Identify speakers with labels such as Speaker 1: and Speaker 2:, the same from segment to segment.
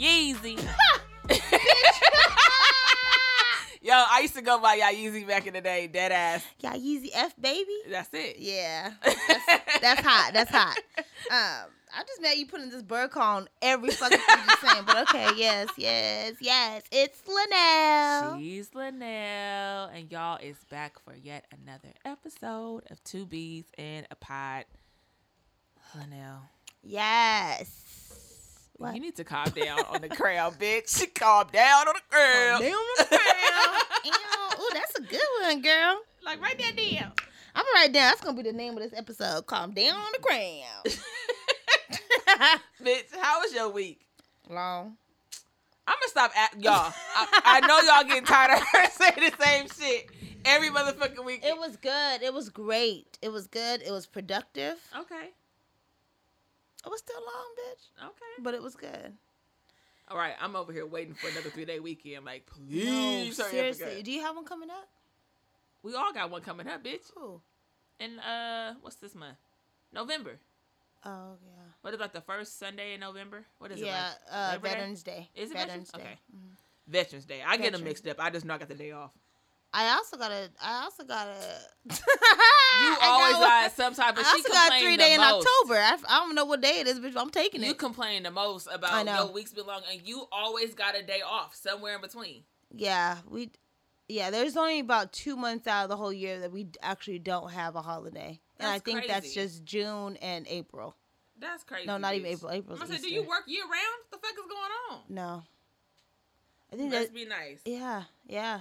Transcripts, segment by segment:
Speaker 1: Yeezy. Yo, I used to go by Yeezy back in the day, dead ass.
Speaker 2: Y'all Yeezy F baby.
Speaker 1: That's it.
Speaker 2: Yeah, that's, that's hot. That's hot. Um, I'm just mad you putting this bird call on every fucking thing you're saying. But okay, yes, yes, yes. It's Linnell.
Speaker 1: She's Linnell, and y'all is back for yet another episode of Two Bees in a Pod. Linnell,
Speaker 2: yes. What?
Speaker 1: you need to calm down on the crowd, bitch. Calm down on the crowd.
Speaker 2: Oh, that's a good one, girl.
Speaker 1: like right that down.
Speaker 2: I'm gonna write down. That's gonna be the name of this episode. Calm down on the ground.
Speaker 1: Bitch, how was your week?
Speaker 2: Long.
Speaker 1: I'm gonna stop at y'all. I, I know y'all getting tired of her saying the same shit every motherfucking week.
Speaker 2: It was good. It was great. It was good. It was productive.
Speaker 1: okay.
Speaker 2: It was still long, bitch,
Speaker 1: Okay.
Speaker 2: but it was good.
Speaker 1: All right, I'm over here waiting for another three day weekend. Like,
Speaker 2: No,
Speaker 1: please, hurry up and
Speaker 2: seriously.
Speaker 1: go.
Speaker 2: Do you have one coming up?
Speaker 1: We all got one coming up, bitch.
Speaker 2: Who?
Speaker 1: And uh, what's this month? November.
Speaker 2: Oh yeah.
Speaker 1: What is like the first Sunday in November? What is
Speaker 2: yeah,
Speaker 1: it? Like?
Speaker 2: uh,
Speaker 1: Labor Day?
Speaker 2: Veterans Day.
Speaker 1: Is it Veterans?
Speaker 2: Veterans
Speaker 1: Okay. Veterans Day. I get them
Speaker 2: Veteran.
Speaker 1: mixed up. I just know I got the day off.
Speaker 2: I also got a. I also got a. you
Speaker 1: You always got some type of.
Speaker 2: I
Speaker 1: She
Speaker 2: also got
Speaker 1: complained
Speaker 2: three
Speaker 1: the
Speaker 2: day in
Speaker 1: most.
Speaker 2: October. I, I don't know what day it is, but I'm taking
Speaker 1: You
Speaker 2: it.
Speaker 1: complain the most
Speaker 2: I
Speaker 1: about
Speaker 2: know.
Speaker 1: your weeks belong, and you always got a day off somewhere in between.
Speaker 2: yeah, we. Yeah, there's only about two months out of the whole year that we actually don't have a holiday, and I
Speaker 1: That's
Speaker 2: think that's
Speaker 1: crazy.
Speaker 2: just June and April.
Speaker 1: That's crazy.
Speaker 2: No, not even
Speaker 1: bitch.
Speaker 2: April. April's
Speaker 1: I said, do
Speaker 2: Easter.
Speaker 1: you work year round? What the fuck is going on?
Speaker 2: No. I think that.
Speaker 1: Let's be nice.
Speaker 2: Yeah, yeah.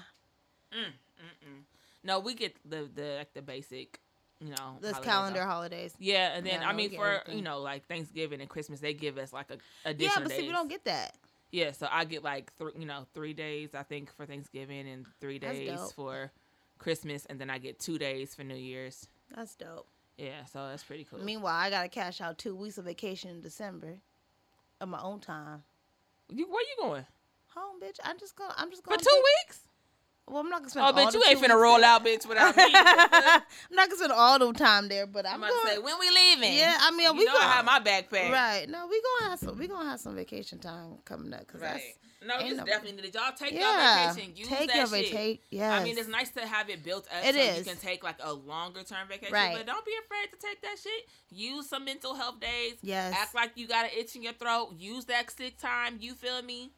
Speaker 1: Mm, mm, mm. No, we get the the like the basic, you know,
Speaker 2: This
Speaker 1: holidays
Speaker 2: calendar
Speaker 1: off.
Speaker 2: holidays.
Speaker 1: Yeah, and then
Speaker 2: Yeah,
Speaker 1: I
Speaker 2: we
Speaker 1: mean
Speaker 2: get
Speaker 1: for
Speaker 2: everything.
Speaker 1: you know like Thanksgiving and Christmas they give us like a
Speaker 2: Yeah,
Speaker 1: additional
Speaker 2: but see,
Speaker 1: days.
Speaker 2: we don't get that.
Speaker 1: Yeah, so I get like three, you know, three days I think for Thanksgiving and three
Speaker 2: That's
Speaker 1: days
Speaker 2: dope.
Speaker 1: for Christmas, and then I get two days for New Year's.
Speaker 2: That's dope.
Speaker 1: Yeah, so that's pretty cool.
Speaker 2: Meanwhile, I gotta cash out two weeks of vacation in December, of my own time.
Speaker 1: You- where you going
Speaker 2: Home, bitch. I'm just gonna. I'm just
Speaker 1: for
Speaker 2: gonna.
Speaker 1: two weeks?
Speaker 2: Well, I'm not gonna spend.
Speaker 1: Oh,
Speaker 2: all
Speaker 1: bitch,
Speaker 2: the
Speaker 1: you ain't
Speaker 2: two
Speaker 1: finna
Speaker 2: weeks
Speaker 1: roll
Speaker 2: there.
Speaker 1: out, bitch, without me.
Speaker 2: I'm not gonna spend all the time there, but I'm,
Speaker 1: I'm about
Speaker 2: gonna.
Speaker 1: to say when we leaving.
Speaker 2: yeah, I mean,
Speaker 1: you
Speaker 2: we
Speaker 1: know I have
Speaker 2: gonna.
Speaker 1: my backpack.
Speaker 2: Right. No, we gonna have some. We gonna have some vacation time coming up. Cause
Speaker 1: Right. No,
Speaker 2: ain't
Speaker 1: this
Speaker 2: no-
Speaker 1: definitely needed. Y'all take
Speaker 2: that's. Yeah.
Speaker 1: your vacation. Use
Speaker 2: take
Speaker 1: that
Speaker 2: your
Speaker 1: shit.
Speaker 2: vacation. Yes.
Speaker 1: I mean, it's nice to have it built up
Speaker 2: It
Speaker 1: so
Speaker 2: is.
Speaker 1: you can take like a longer term vacation.
Speaker 2: Right.
Speaker 1: But don't be afraid to take that shit. Use some mental health days.
Speaker 2: Yes.
Speaker 1: Act like you got an itch in your throat. Use that sick time. You feel me?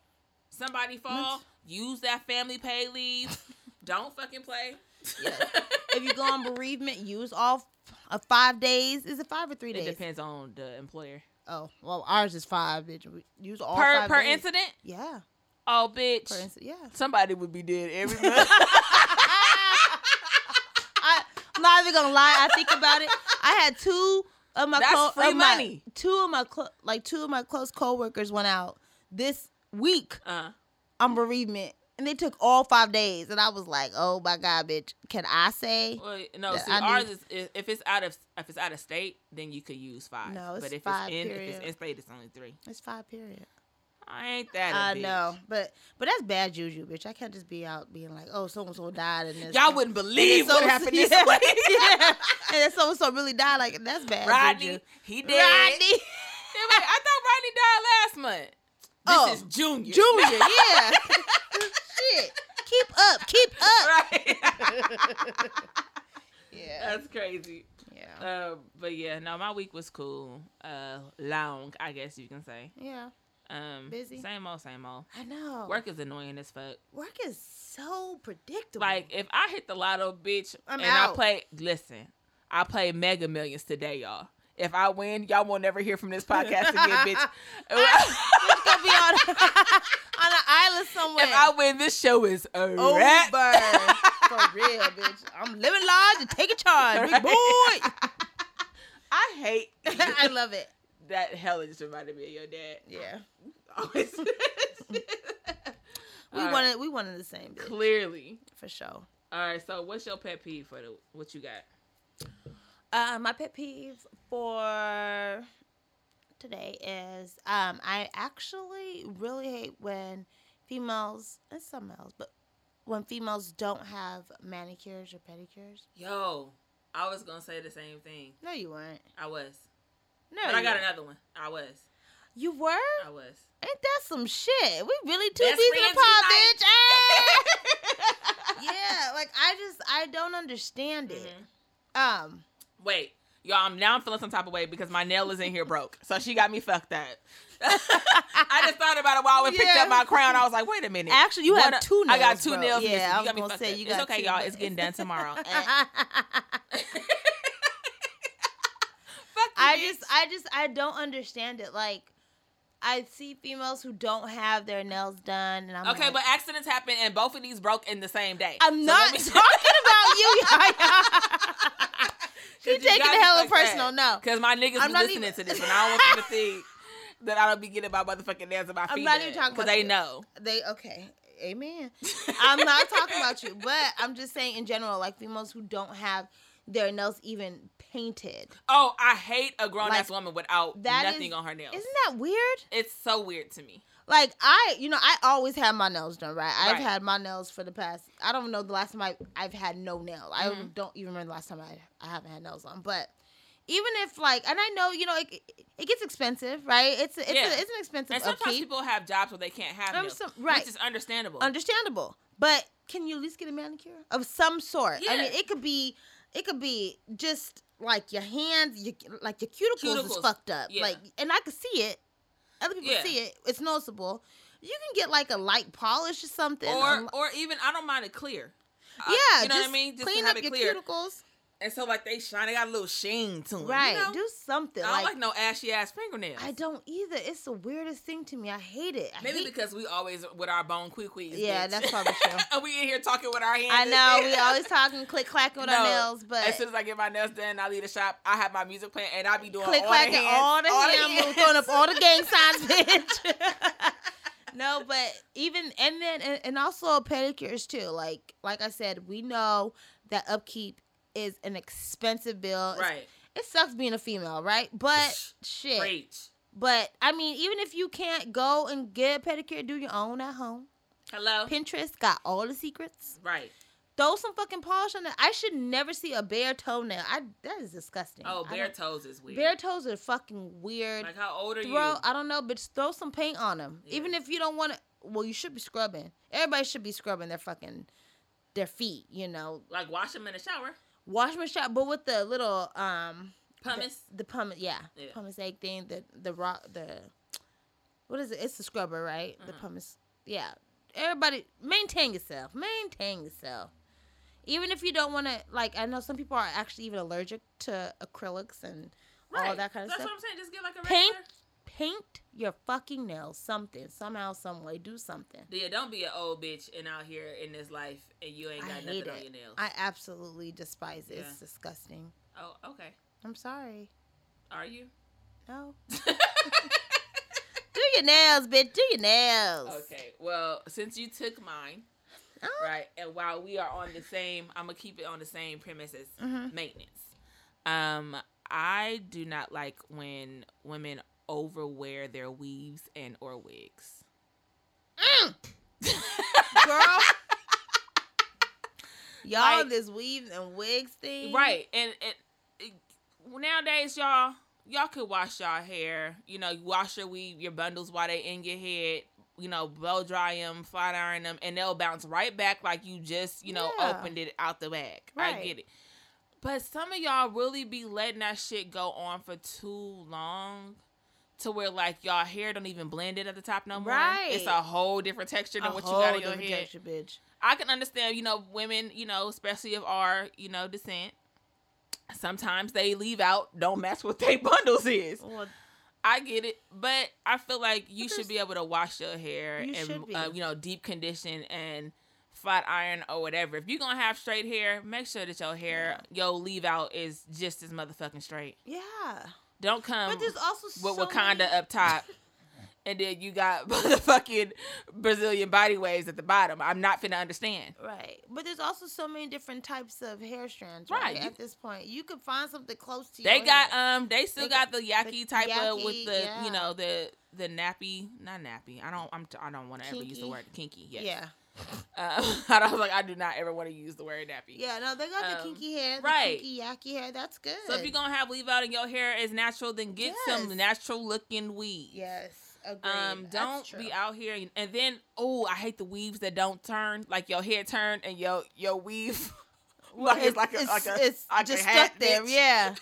Speaker 1: Somebody fall. Use that family pay leave. don't fucking play.
Speaker 2: if you go on bereavement, use all f- uh, five days. Is it five or three
Speaker 1: It
Speaker 2: days?
Speaker 1: depends on the employer.
Speaker 2: Oh, well, ours is five, bitch. We use all
Speaker 1: per
Speaker 2: five
Speaker 1: per
Speaker 2: days.
Speaker 1: incident?
Speaker 2: Yeah.
Speaker 1: Oh, bitch.
Speaker 2: Per incident. Yeah.
Speaker 1: Somebody would be dead every month.
Speaker 2: I, I'm not even gonna lie. I think about it. I had two of my
Speaker 1: That's
Speaker 2: co-
Speaker 1: free
Speaker 2: of my-
Speaker 1: money.
Speaker 2: two of my clo- like two of my close coworkers went out this week
Speaker 1: uh,
Speaker 2: on bereavement, and they took all five days. And I was like, "Oh my god, bitch! Can I say
Speaker 1: Well, no.
Speaker 2: that
Speaker 1: See,
Speaker 2: I need-
Speaker 1: ours is- is if it's out of if it's out of state, then you could use five.
Speaker 2: No, it's
Speaker 1: but if
Speaker 2: five,
Speaker 1: it's in if
Speaker 2: period.
Speaker 1: it's in state, it's only three.
Speaker 2: it's five period?"
Speaker 1: I ain't that. a
Speaker 2: I
Speaker 1: bitch.
Speaker 2: know, but but that's bad juju, bitch. I can't just be out being like, "Oh, so and so died," and this
Speaker 1: Y'all wouldn't believe
Speaker 2: so-
Speaker 1: what happened this
Speaker 2: yeah.
Speaker 1: way.
Speaker 2: yeah, and then so and so really died. Like that's bad
Speaker 1: Rodney,
Speaker 2: juju.
Speaker 1: he dead.
Speaker 2: Rodney.
Speaker 1: They're like, I thought Rodney died last month. This
Speaker 2: Oh,
Speaker 1: is Junior.
Speaker 2: Junior, yeah. Shit. Keep up, keep up.
Speaker 1: right.
Speaker 2: Yeah.
Speaker 1: That's crazy.
Speaker 2: Yeah.
Speaker 1: Uh, but yeah, no, my week was cool. Uh, long, I guess you can say.
Speaker 2: Yeah.
Speaker 1: Um,
Speaker 2: Busy. Oh.
Speaker 1: Same old, same old.
Speaker 2: I know.
Speaker 1: Work is annoying as fuck.
Speaker 2: Work is so predictable.
Speaker 1: Like if I hit the lotto, bitch,
Speaker 2: I'm
Speaker 1: and
Speaker 2: out.
Speaker 1: I play. Listen, I play Mega Millions today, y'all. If I win, y'all won't never hear from this podcast again, bitch.
Speaker 2: it's gonna be on, on an island somewhere.
Speaker 1: if I win, this show is a
Speaker 2: Over.
Speaker 1: wrap.
Speaker 2: For real, bitch. I'm living large and taking charge. Big
Speaker 1: Right.
Speaker 2: boy.
Speaker 1: I hate
Speaker 2: I love it.
Speaker 1: that. Hella just reminded me of your dad.
Speaker 2: Yeah.
Speaker 1: Always.
Speaker 2: We
Speaker 1: All right,
Speaker 2: wanted we wanted the same bitch,
Speaker 1: clearly.
Speaker 2: for sure.
Speaker 1: All right, so what's your pet peeve for the what you got?
Speaker 2: Uh, my pet peeves for today is um, I actually really hate when females and some males, but when females don't have manicures or pedicures.
Speaker 1: Yo, I was gonna say the same thing.
Speaker 2: No, you weren't.
Speaker 1: I was,
Speaker 2: No,
Speaker 1: but I
Speaker 2: you
Speaker 1: got
Speaker 2: weren't.
Speaker 1: another one. I was.
Speaker 2: You were?
Speaker 1: I was.
Speaker 2: Ain't that some shit? We really two
Speaker 1: Best
Speaker 2: bees in a
Speaker 1: friends
Speaker 2: pod,
Speaker 1: tonight.
Speaker 2: bitch. Ay! yeah, like I just I don't understand it.
Speaker 1: Mhm.
Speaker 2: Um,
Speaker 1: Wait, y'all. I'm now I'm feeling some type of way because my nail is in here broke. So she got me fucked up. I just thought about it while we picked
Speaker 2: Yeah.
Speaker 1: up my crown. I was like, wait a minute.
Speaker 2: actually, you
Speaker 1: What
Speaker 2: have
Speaker 1: a-
Speaker 2: two nails.
Speaker 1: I got two
Speaker 2: bro.
Speaker 1: nails.
Speaker 2: Yeah,
Speaker 1: missing.
Speaker 2: I
Speaker 1: You
Speaker 2: was
Speaker 1: got me
Speaker 2: gonna
Speaker 1: fucked
Speaker 2: say
Speaker 1: up.
Speaker 2: you
Speaker 1: it's
Speaker 2: got
Speaker 1: okay,
Speaker 2: two
Speaker 1: y'all.
Speaker 2: nails.
Speaker 1: It's getting done tomorrow. Eh. Fuck you,
Speaker 2: I
Speaker 1: bitch.
Speaker 2: just, I just, I don't understand it. Like, I see females who don't have their nails done, and I'm
Speaker 1: okay,
Speaker 2: like,
Speaker 1: but accidents happen, and both of these broke in the same day.
Speaker 2: I'm
Speaker 1: So
Speaker 2: not
Speaker 1: let me-
Speaker 2: talking about you. Yaya.
Speaker 1: you
Speaker 2: She taking
Speaker 1: got
Speaker 2: it
Speaker 1: me
Speaker 2: hella
Speaker 1: like that.
Speaker 2: personal. No,
Speaker 1: Because my niggas
Speaker 2: I'm
Speaker 1: be
Speaker 2: not
Speaker 1: listening
Speaker 2: even-
Speaker 1: to this, and I don't want them to think that I don't be getting my motherfucking nails in my feet.
Speaker 2: I'm not even talking
Speaker 1: Because
Speaker 2: about
Speaker 1: they
Speaker 2: you.
Speaker 1: know.
Speaker 2: they okay. Amen. I'm not talking about you, but I'm just saying in general, like females who don't have their nails even painted.
Speaker 1: Oh, I hate a grown ass
Speaker 2: Like,
Speaker 1: woman without
Speaker 2: that
Speaker 1: nothing
Speaker 2: is-
Speaker 1: on her nails.
Speaker 2: Isn't that weird?
Speaker 1: it's so weird to me.
Speaker 2: Like I, you know, I always have my nails done, right? I've
Speaker 1: Right.
Speaker 2: had my nails for the past. I don't know the last time I, I've had no nail. I
Speaker 1: Mhm.
Speaker 2: don't even remember the last time I, I haven't had nails on. But even if like, and I know you know it, it gets expensive, right? It's a, it's
Speaker 1: Yeah.
Speaker 2: a, it's an expensive
Speaker 1: And sometimes
Speaker 2: upkeep.
Speaker 1: people have jobs where they can't have
Speaker 2: Um,
Speaker 1: nails,
Speaker 2: some- right.
Speaker 1: which is understandable.
Speaker 2: understandable. But can you at least get a manicure of some sort? I mean,
Speaker 1: Yeah.
Speaker 2: it could be, it could be just like your hands, your, like your cuticles, is
Speaker 1: Cuticles,
Speaker 2: fucked up.
Speaker 1: yeah.
Speaker 2: Like, and I could see it. Other people
Speaker 1: Yeah.
Speaker 2: see it. It's noticeable. You can get like a light polish or something.
Speaker 1: or
Speaker 2: um,
Speaker 1: or even I don't mind it clear.
Speaker 2: yeah,
Speaker 1: I- you know
Speaker 2: just
Speaker 1: what I mean. Just to
Speaker 2: clean
Speaker 1: have
Speaker 2: up
Speaker 1: it
Speaker 2: your
Speaker 1: clear,
Speaker 2: cuticles.
Speaker 1: and so like they shine, they got a little sheen to them.
Speaker 2: Right.
Speaker 1: You know?
Speaker 2: Do something.
Speaker 1: I don't
Speaker 2: like,
Speaker 1: like no ashy ass fingernails.
Speaker 2: I don't either. It's the weirdest thing to me. I hate it. I
Speaker 1: Maybe
Speaker 2: hate-
Speaker 1: because we always with our bone quickies.
Speaker 2: Yeah,
Speaker 1: bitch.
Speaker 2: that's probably true.
Speaker 1: and we in here talking with our hands.
Speaker 2: I
Speaker 1: and
Speaker 2: know
Speaker 1: shit.
Speaker 2: we always talking click clacking with our
Speaker 1: No,
Speaker 2: nails, but
Speaker 1: As soon as I get my nails done, I leave the shop. I have my music playing, and I be doing
Speaker 2: click
Speaker 1: all
Speaker 2: clacking
Speaker 1: the hands,
Speaker 2: all the
Speaker 1: all
Speaker 2: ham,
Speaker 1: hands.
Speaker 2: throwing up all the gang signs, bitch. no, but even and then and, and also pedicures too. Like like I said, we know that upkeep is an expensive bill. It's-
Speaker 1: Right.
Speaker 2: It sucks being a female, right? But shit.
Speaker 1: Preach.
Speaker 2: But I mean, even if you can't go and get a pedicure, do your own at home.
Speaker 1: Hello.
Speaker 2: Pinterest got all the secrets.
Speaker 1: Right.
Speaker 2: Throw some fucking polish on it. I should never see a bare toenail. I that is disgusting.
Speaker 1: Oh,
Speaker 2: I
Speaker 1: bare
Speaker 2: don't-
Speaker 1: toes is weird.
Speaker 2: Bare toes are fucking weird
Speaker 1: Like how old are
Speaker 2: throw
Speaker 1: you?
Speaker 2: I don't know, bitch. Throw some paint on them.
Speaker 1: Yeah.
Speaker 2: Even if you don't want to. Well, you should be scrubbing. Everybody should be scrubbing their fucking their feet. You know,
Speaker 1: Like wash them in the shower.
Speaker 2: wash them shot, but with the little um
Speaker 1: Pumice.
Speaker 2: the, the pumice, yeah,
Speaker 1: Yeah.
Speaker 2: pumice egg thing. The the rock the what is it? It's the scrubber, right? The
Speaker 1: Mhm.
Speaker 2: pumice, yeah. Everybody maintain yourself. Maintain yourself. Even if you don't want to, like I know some people are actually even allergic to acrylics and all that kind of
Speaker 1: That's
Speaker 2: stuff.
Speaker 1: what I'm saying. Just get like a
Speaker 2: Paint.
Speaker 1: regular.
Speaker 2: paint your fucking nails something somehow some way do something
Speaker 1: Yeah, don't be an old bitch and out here in this life and you ain't
Speaker 2: I
Speaker 1: got nothing
Speaker 2: hate
Speaker 1: on
Speaker 2: it.
Speaker 1: your nails.
Speaker 2: i absolutely despise it
Speaker 1: Yeah.
Speaker 2: it's disgusting
Speaker 1: oh, okay.
Speaker 2: i'm sorry
Speaker 1: Are you?
Speaker 2: no do your nails bitch do your nails
Speaker 1: okay. Well, since you took mine,
Speaker 2: Oh.
Speaker 1: right, and while we are on the same, I'm gonna keep it on the same premise as
Speaker 2: Mhm.
Speaker 1: maintenance. Um, I do not like when women overwear their weaves and or wigs.
Speaker 2: girl y'all
Speaker 1: Like-
Speaker 2: this weaves and wigs thing
Speaker 1: Right. And it, it nowadays y'all y'all could wash y'all hair. You know, you wash your weave, your bundles while they in your head. You know, blow dry them, flat iron them, and they'll bounce right back like you just you know
Speaker 2: Yeah.
Speaker 1: opened it out the bag. I
Speaker 2: Right.
Speaker 1: get it. But some of y'all really be letting that shit go on for too long. To where like y'all hair don't even blend it at the top no more.
Speaker 2: Right.
Speaker 1: It's a whole different texture
Speaker 2: a
Speaker 1: than what you
Speaker 2: whole
Speaker 1: got in your
Speaker 2: different
Speaker 1: head.
Speaker 2: texture, bitch
Speaker 1: I can understand, you know, women, you know, especially of our, you know, descent. Sometimes they leave out, don't match what they bundles is.
Speaker 2: well
Speaker 1: I get it, but I feel like you
Speaker 2: But
Speaker 1: should
Speaker 2: there's-
Speaker 1: be able to wash your hair
Speaker 2: You should
Speaker 1: and
Speaker 2: be.
Speaker 1: uh, you know deep condition and flat iron or whatever. If you're gonna have straight hair, make sure that your hair, your leave out is just as motherfucking straight.
Speaker 2: yeah
Speaker 1: Don't come
Speaker 2: but there's
Speaker 1: with
Speaker 2: also so
Speaker 1: um, Wakanda
Speaker 2: many-
Speaker 1: up top, and then you got motherfucking Brazilian body waves at the bottom. I'm not finna understand.
Speaker 2: Right, but there's also so many different types of hair strands.
Speaker 1: Right,
Speaker 2: Right,
Speaker 1: you-
Speaker 2: at this point, you could find something close to.
Speaker 1: They
Speaker 2: your
Speaker 1: got
Speaker 2: hair.
Speaker 1: um they still
Speaker 2: They
Speaker 1: got
Speaker 2: got
Speaker 1: the yucky
Speaker 2: the
Speaker 1: type of with
Speaker 2: yucky,
Speaker 1: the
Speaker 2: yeah.
Speaker 1: you know the the nappy not nappy I don't I'm I don't want to ever use the
Speaker 2: Kinky?
Speaker 1: word kinky yes.
Speaker 2: yeah.
Speaker 1: Um, I was like, I do not ever want to use the word nappy.
Speaker 2: Yeah, no, they got the
Speaker 1: Um,
Speaker 2: kinky hair, the
Speaker 1: right.
Speaker 2: kinky yacky hair. That's good.
Speaker 1: So if you're gonna have weave out and your hair is natural, then get
Speaker 2: Yes.
Speaker 1: some natural looking weave.
Speaker 2: yes, agreed.
Speaker 1: Um,
Speaker 2: That's
Speaker 1: don't
Speaker 2: true.
Speaker 1: be out here and, and then oh, I hate the weaves that don't turn. Like your hair turned and your your weave like it's like a like a
Speaker 2: it's
Speaker 1: like a
Speaker 2: just
Speaker 1: hat,
Speaker 2: stuck there.
Speaker 1: bitch.
Speaker 2: Yeah.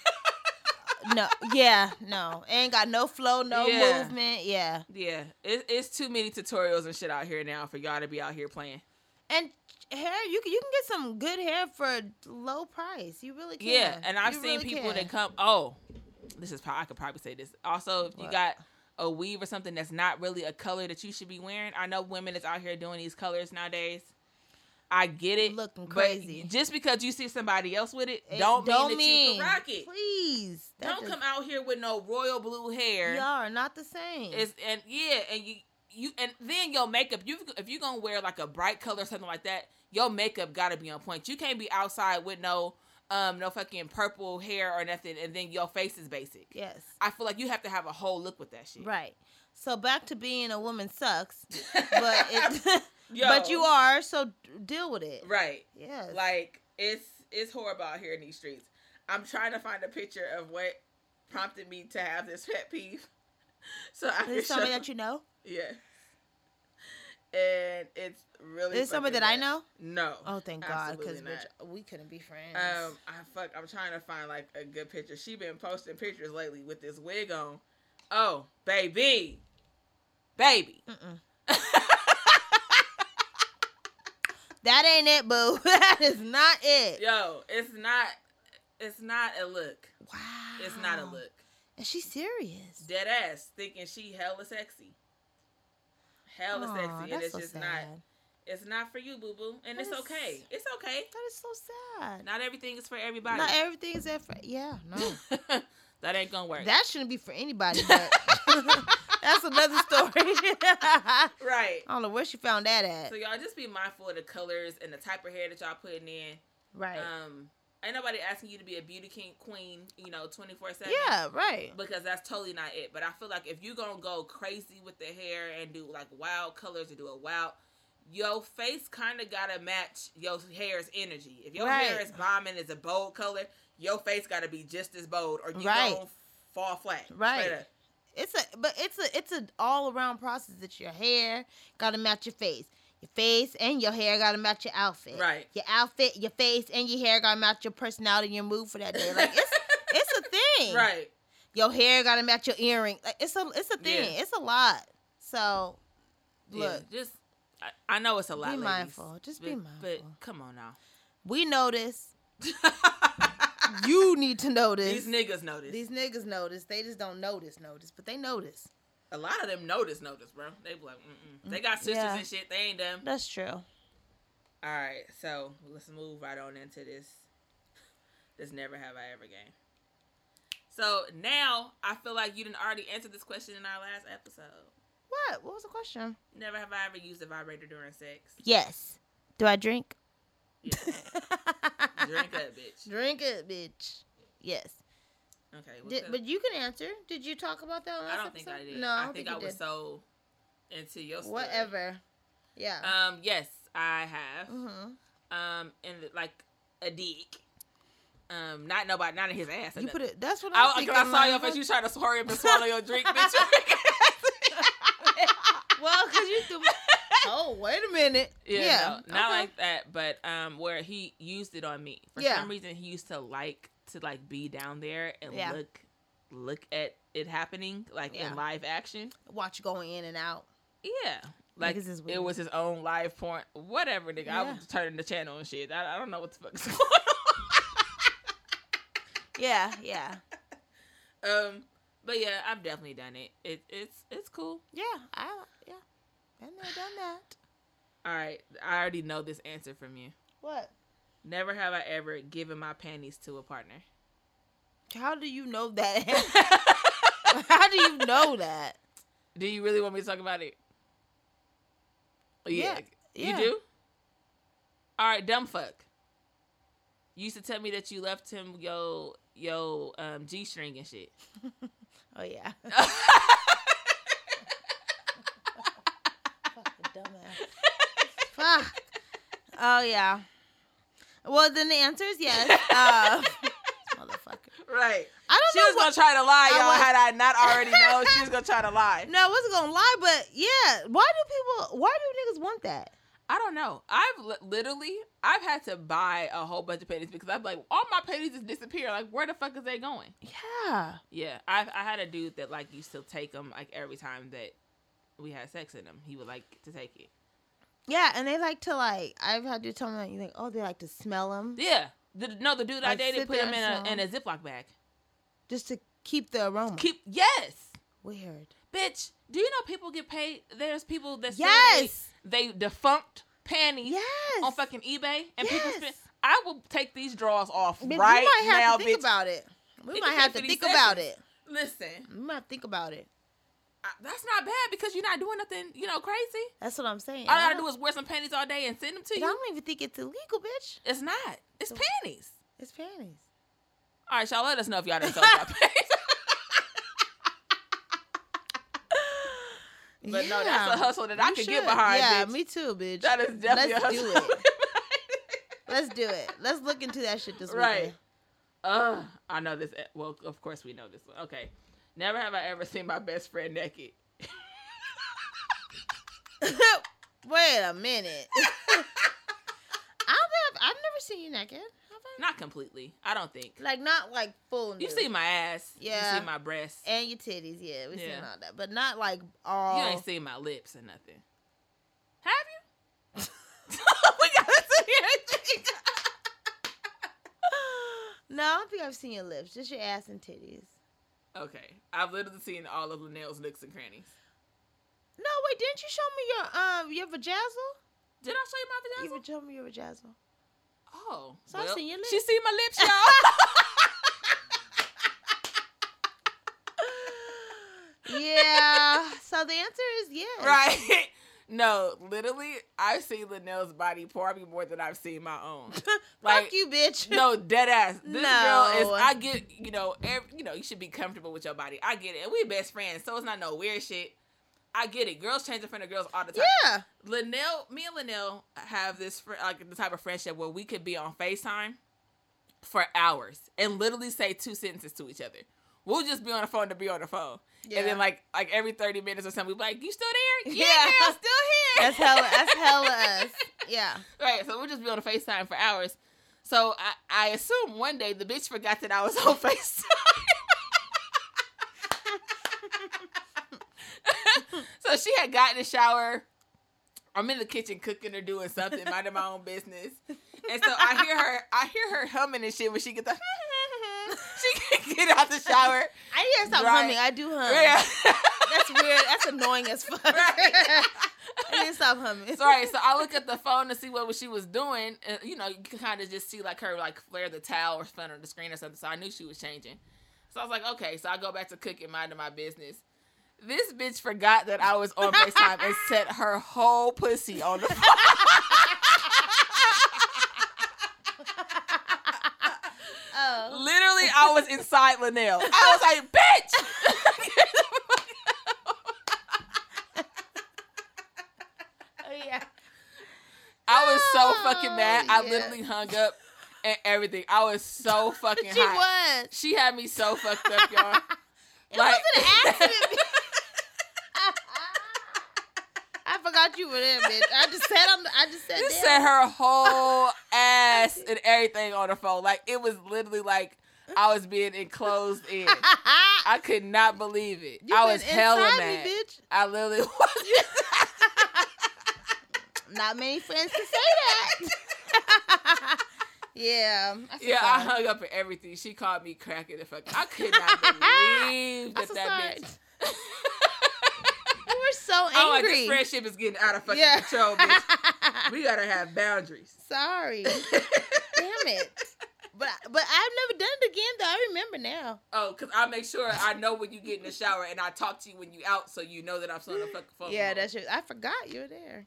Speaker 2: no, yeah, no, ain't got no flow, no
Speaker 1: Yeah.
Speaker 2: movement. Yeah,
Speaker 1: Yeah, it, it's too many tutorials and shit out here now for y'all to be out here playing.
Speaker 2: and hair you can you can get some good hair for low price. You really can.
Speaker 1: Yeah, and I've
Speaker 2: You
Speaker 1: seen
Speaker 2: really
Speaker 1: people
Speaker 2: can.
Speaker 1: that come. Oh, this is probably I could probably say this. Also, if you
Speaker 2: What?
Speaker 1: got a weave or something that's not really a color that you should be wearing, I know women is out here doing these colors nowadays. I get it,
Speaker 2: Looking
Speaker 1: but
Speaker 2: crazy.
Speaker 1: Just because you see somebody else with it,
Speaker 2: It
Speaker 1: don't, mean, that you can rock it.
Speaker 2: Please, that
Speaker 1: don't
Speaker 2: just-
Speaker 1: come out here with no royal blue hair.
Speaker 2: Y'all are not the same.
Speaker 1: It's and yeah, and you you and then your makeup. You if you gonna wear like a bright color or something like that, your makeup gotta be on point. You can't be outside with no um no fucking purple hair or nothing, and then your face is basic.
Speaker 2: yes,
Speaker 1: I feel like you have to have a whole look with that shit.
Speaker 2: right. So back to being a woman sucks, but it,
Speaker 1: Yo,
Speaker 2: but you are so d- deal with it.
Speaker 1: right.
Speaker 2: Yes.
Speaker 1: Like it's it's horrible out here in these streets. I'm trying to find a picture of what prompted me to have this pet peeve. So I
Speaker 2: is
Speaker 1: can
Speaker 2: this somebody
Speaker 1: show-
Speaker 2: that you know?
Speaker 1: Yeah. And it's really.
Speaker 2: Is this somebody
Speaker 1: fucking
Speaker 2: that I
Speaker 1: bad.
Speaker 2: know?
Speaker 1: No.
Speaker 2: Oh, thank God, because
Speaker 1: Absolutely not.
Speaker 2: we couldn't be friends.
Speaker 1: Um, I fuck. I'm trying to find like a good picture. She been posting pictures lately with this wig on. Oh, baby, baby.
Speaker 2: Mm-mm. that ain't it, boo. that is not it.
Speaker 1: Yo, it's not. It's not a look.
Speaker 2: Wow.
Speaker 1: It's not a look.
Speaker 2: And she's serious.
Speaker 1: Dead ass thinking she hella sexy. Hella
Speaker 2: Aw,
Speaker 1: sexy, and
Speaker 2: that's
Speaker 1: it's
Speaker 2: so
Speaker 1: just
Speaker 2: sad.
Speaker 1: not. It's not for you, boo boo, and
Speaker 2: That
Speaker 1: it's
Speaker 2: is-
Speaker 1: okay. It's okay.
Speaker 2: That is so sad.
Speaker 1: Not everything is for everybody.
Speaker 2: Not everything's that. For, yeah, no.
Speaker 1: that ain't gonna work.
Speaker 2: that shouldn't be for anybody. But that's another story. I
Speaker 1: right.
Speaker 2: don't know where she found that at.
Speaker 1: So y'all just be mindful of the colors and the type of hair that y'all putting in.
Speaker 2: right.
Speaker 1: Um, ain't nobody asking you to be a beauty king queen, you know, twenty four seven.
Speaker 2: yeah. Right.
Speaker 1: Because that's totally not it. But I feel like if you gonna go crazy with the hair and do like wild colors and do a wild, your face kind of gotta match your hair's energy. If your hair
Speaker 2: Right.
Speaker 1: is bombing, is a bold color, your face gotta be just as bold, or you
Speaker 2: Right.
Speaker 1: gonna fall flat. straight
Speaker 2: Right.
Speaker 1: up.
Speaker 2: It's a but it's a it's an all around process. It's your hair gotta match your face. Your face and your hair gotta match your outfit.
Speaker 1: Right.
Speaker 2: Your outfit, your face, and your hair gotta match your personality, your mood for that day. Like it's it's a thing.
Speaker 1: right.
Speaker 2: Your hair gotta match your earring. Like it's a it's a thing.
Speaker 1: Yeah.
Speaker 2: It's a lot. So
Speaker 1: Yeah,
Speaker 2: look,
Speaker 1: just I, I know it's a lot.
Speaker 2: be
Speaker 1: ladies,
Speaker 2: mindful. Just be
Speaker 1: but-
Speaker 2: mindful.
Speaker 1: But come on now.
Speaker 2: we know this. You need to notice.
Speaker 1: These niggas notice.
Speaker 2: These niggas notice. They just don't notice notice, but they notice.
Speaker 1: a lot of them notice, notice, bro. They be like, mm-mm. They got sisters
Speaker 2: Yeah.
Speaker 1: and shit. They ain't them.
Speaker 2: That's true.
Speaker 1: All right, so let's move right on into this. This never have I ever game. So now I feel like you didn't already answer this question in our last episode.
Speaker 2: What? What was the question?
Speaker 1: Never have I ever used a vibrator during sex.
Speaker 2: Yes. Do I drink?
Speaker 1: Yeah. Drink up, bitch.
Speaker 2: Drink it, bitch. Yes.
Speaker 1: Okay. well,
Speaker 2: Did,
Speaker 1: cut.
Speaker 2: but you can answer. Did you talk about that last
Speaker 1: I don't think
Speaker 2: episode?
Speaker 1: I did.
Speaker 2: No,
Speaker 1: I,
Speaker 2: I don't
Speaker 1: think,
Speaker 2: think, you
Speaker 1: I was
Speaker 2: did.
Speaker 1: so into your story.
Speaker 2: Whatever. Yeah.
Speaker 1: Um. Yes, I have.
Speaker 2: mm-hmm.
Speaker 1: um and like a dick. Um, not nobody, not in his ass. or
Speaker 2: You put
Speaker 1: nothing.
Speaker 2: it. That's what I'm
Speaker 1: I, I,
Speaker 2: thinking.
Speaker 1: I saw
Speaker 2: like,
Speaker 1: your face. You trying to hurry up and swallow your drink, bitch.
Speaker 2: well, because you threw. oh, wait a minute.
Speaker 1: yeah,
Speaker 2: Yeah.
Speaker 1: no, not
Speaker 2: okay.
Speaker 1: like that. But um, where he used it on me for
Speaker 2: Yeah.
Speaker 1: some reason, he used to like to like be down there and
Speaker 2: Yeah.
Speaker 1: look, look at it happening like
Speaker 2: Yeah.
Speaker 1: in live action.
Speaker 2: watch going in and out.
Speaker 1: Yeah. Like
Speaker 2: Niggas is
Speaker 1: it
Speaker 2: weird.
Speaker 1: was his own live porn, whatever, nigga. I
Speaker 2: Yeah.
Speaker 1: was turning the channel and shit. I, I don't know what the fuck is going on.
Speaker 2: Yeah, yeah,
Speaker 1: Um, but yeah, I've definitely done it. it it's it's cool.
Speaker 2: yeah. I yeah. Been there, done that.
Speaker 1: All right, I already know this answer from you.
Speaker 2: What?
Speaker 1: Never have I ever given my panties to a partner.
Speaker 2: How do you know that? How do you know that?
Speaker 1: do you really want me to talk about it? Yeah,
Speaker 2: Yeah, yeah.
Speaker 1: you do. All right, dumb fuck. You used to tell me that you left him yo yo um, g string and shit.
Speaker 2: Oh yeah. Fucking dumbass. Fuck. Oh yeah. Well, then the answer is yes. Uh, motherfucker.
Speaker 1: Right.
Speaker 2: I don't
Speaker 1: She
Speaker 2: know
Speaker 1: was
Speaker 2: what.
Speaker 1: gonna try to lie,
Speaker 2: I
Speaker 1: y'all.
Speaker 2: was-
Speaker 1: Had I not already known, she was gonna try to lie.
Speaker 2: No, I wasn't gonna lie, but yeah. Why do people? Why do niggas want that?
Speaker 1: I don't know. I've li- literally, I've had to buy a whole bunch of pennies because I'm like, all my pennies just disappear. Like, where the fuck is they going?
Speaker 2: Yeah.
Speaker 1: Yeah, I I had a dude that like used to take them like every time that we had sex in him. He would like to take it.
Speaker 2: Yeah, and they like to like. I've had to tell them like, oh, they like to smell them
Speaker 1: Yeah. The, no, the dude I
Speaker 2: Like,
Speaker 1: dated
Speaker 2: sit
Speaker 1: put
Speaker 2: there
Speaker 1: him in
Speaker 2: and
Speaker 1: a in a Ziploc bag.
Speaker 2: just to keep the aroma.
Speaker 1: Keep yes,
Speaker 2: Weird.
Speaker 1: bitch. Do you know people get paid? There's people that sell
Speaker 2: Yes.
Speaker 1: they, they defunct panties
Speaker 2: Yes.
Speaker 1: on fucking eBay and people
Speaker 2: Yes.
Speaker 1: spend. I will take these drawers off
Speaker 2: Bitch,
Speaker 1: right
Speaker 2: we might have
Speaker 1: now,
Speaker 2: to think
Speaker 1: bitch.
Speaker 2: about it.
Speaker 1: It
Speaker 2: We might
Speaker 1: can pay
Speaker 2: have to
Speaker 1: for these
Speaker 2: think about it.
Speaker 1: sessions. Listen,
Speaker 2: We might think about it.
Speaker 1: I, that's not bad because you're not doing nothing, you know, crazy.
Speaker 2: That's what I'm saying.
Speaker 1: All I gotta
Speaker 2: don't-
Speaker 1: do is wear some panties all day and send them to
Speaker 2: I
Speaker 1: you.
Speaker 2: don't even think it's illegal, bitch.
Speaker 1: It's not. It's
Speaker 2: So-
Speaker 1: panties.
Speaker 2: It's panties.
Speaker 1: All right, y'all. Let us know if y'all done sold y'all panties. But no, that's a hustle that I
Speaker 2: You
Speaker 1: could get behind,
Speaker 2: Yeah,
Speaker 1: bitch.
Speaker 2: me too, bitch.
Speaker 1: That is definitely
Speaker 2: Let's
Speaker 1: a
Speaker 2: do
Speaker 1: hustle.
Speaker 2: it. Let's do it. Let's look into that shit this
Speaker 1: Right.
Speaker 2: weekend.
Speaker 1: Ugh, I know this. eh, Well, of course we know this one. Okay. Never have I ever seen my best friend naked.
Speaker 2: Wait a minute. I don't have, I've never seen you naked. Have I?
Speaker 1: Not completely. I don't think.
Speaker 2: Like not like full.
Speaker 1: You
Speaker 2: nude.
Speaker 1: see my ass. You
Speaker 2: Yeah.
Speaker 1: see my breasts.
Speaker 2: and your titties. Yeah, we seen
Speaker 1: Yeah.
Speaker 2: all that, but not like all.
Speaker 1: You ain't seen my lips or nothing. Have you? we gotta sit here and think.
Speaker 2: no, I don't think I've seen your lips. Just your ass and titties.
Speaker 1: Okay. I've literally seen all of Linnell's nooks and crannies.
Speaker 2: No, wait. Didn't you show me your um your vajazzle?
Speaker 1: Did I show you
Speaker 2: You
Speaker 1: my
Speaker 2: You
Speaker 1: vagina?
Speaker 2: showed me your vajazzle.
Speaker 1: Oh.
Speaker 2: So I've seen your
Speaker 1: She
Speaker 2: lips.
Speaker 1: see my lips, y'all.
Speaker 2: yeah. So the answer is yes.
Speaker 1: right. No, literally, I've seen Linnell's body probably more than I've seen my own. Like-
Speaker 2: Fuck you, bitch.
Speaker 1: No, dead ass. This girl
Speaker 2: No.
Speaker 1: is. I get. You know. Every, you know. You should be comfortable with your body. I get it. And we best friends, so it's not no weird shit. I get it. Girls change in front of girls all the time.
Speaker 2: Yeah.
Speaker 1: Linnell, me and Linnell have this fr- like the type of friendship where we could be on Facetime for hours and literally say two sentences to each other. We'll just be on the phone to be on the phone, and
Speaker 2: Yeah.
Speaker 1: then like like every thirty minutes or something, we be like, "You still there? Yeah,
Speaker 2: Yeah.
Speaker 1: girl, still here."
Speaker 2: That's hella. That's hella us. Yeah.
Speaker 1: Right, so we'll just be on FaceTime for hours. So I, I assume one day the bitch forgot that I was on FaceTime. so she had gotten a shower. I'm in the kitchen cooking or doing something, minding my own business. And so I hear her I hear her humming and shit when she gets out. she can get out the shower.
Speaker 2: I didn't stop
Speaker 1: Right.
Speaker 2: humming. I do hum.
Speaker 1: Yeah.
Speaker 2: That's weird. That's annoying as fuck.
Speaker 1: Right.
Speaker 2: I didn't stop humming.
Speaker 1: Sorry, so I look at the phone to see what she was doing, and you know, you can kind of just see like her like flare the towel or front of the screen or something. So I knew she was changing. So I was like, okay, so I go back to cooking, minding my business. This bitch forgot that I was on FaceTime and set her whole pussy on the phone.
Speaker 2: Oh.
Speaker 1: Literally, I was inside Linnell. I was like, bitch!
Speaker 2: oh yeah.
Speaker 1: I was so fucking mad. I
Speaker 2: Oh, yeah.
Speaker 1: literally hung up and everything. I was so fucking
Speaker 2: She
Speaker 1: hot.
Speaker 2: was.
Speaker 1: She had me so fucked up, y'all.
Speaker 2: It wasn't an accident. bitch. I forgot you were there, bitch. I just said I'm. I just said
Speaker 1: You
Speaker 2: that.
Speaker 1: said her whole ass and everything on the phone. Like it was literally like I was being enclosed in. I could not believe it.
Speaker 2: You
Speaker 1: I
Speaker 2: been
Speaker 1: was hella
Speaker 2: inside
Speaker 1: mad.
Speaker 2: me, bitch.
Speaker 1: I literally was.
Speaker 2: Not many friends can say that. yeah. I feel
Speaker 1: yeah, uh-huh. I
Speaker 2: sorry.
Speaker 1: hung up and everything. She called me cracking the fuck. I could not believe
Speaker 2: I'm
Speaker 1: that
Speaker 2: so
Speaker 1: that
Speaker 2: sorry.
Speaker 1: bitch.
Speaker 2: You were so angry.
Speaker 1: Oh, like this friendship is getting out of fucking
Speaker 2: yeah.
Speaker 1: control, bitch. We gotta have boundaries.
Speaker 2: sorry. Damn it. But but I've never done it again though. I remember now.
Speaker 1: oh, cause I make sure I know when you get in the shower and I talk to you when you out, so you know that I'm still on the fucking phone.
Speaker 2: Yeah, that's true. I forgot you were there.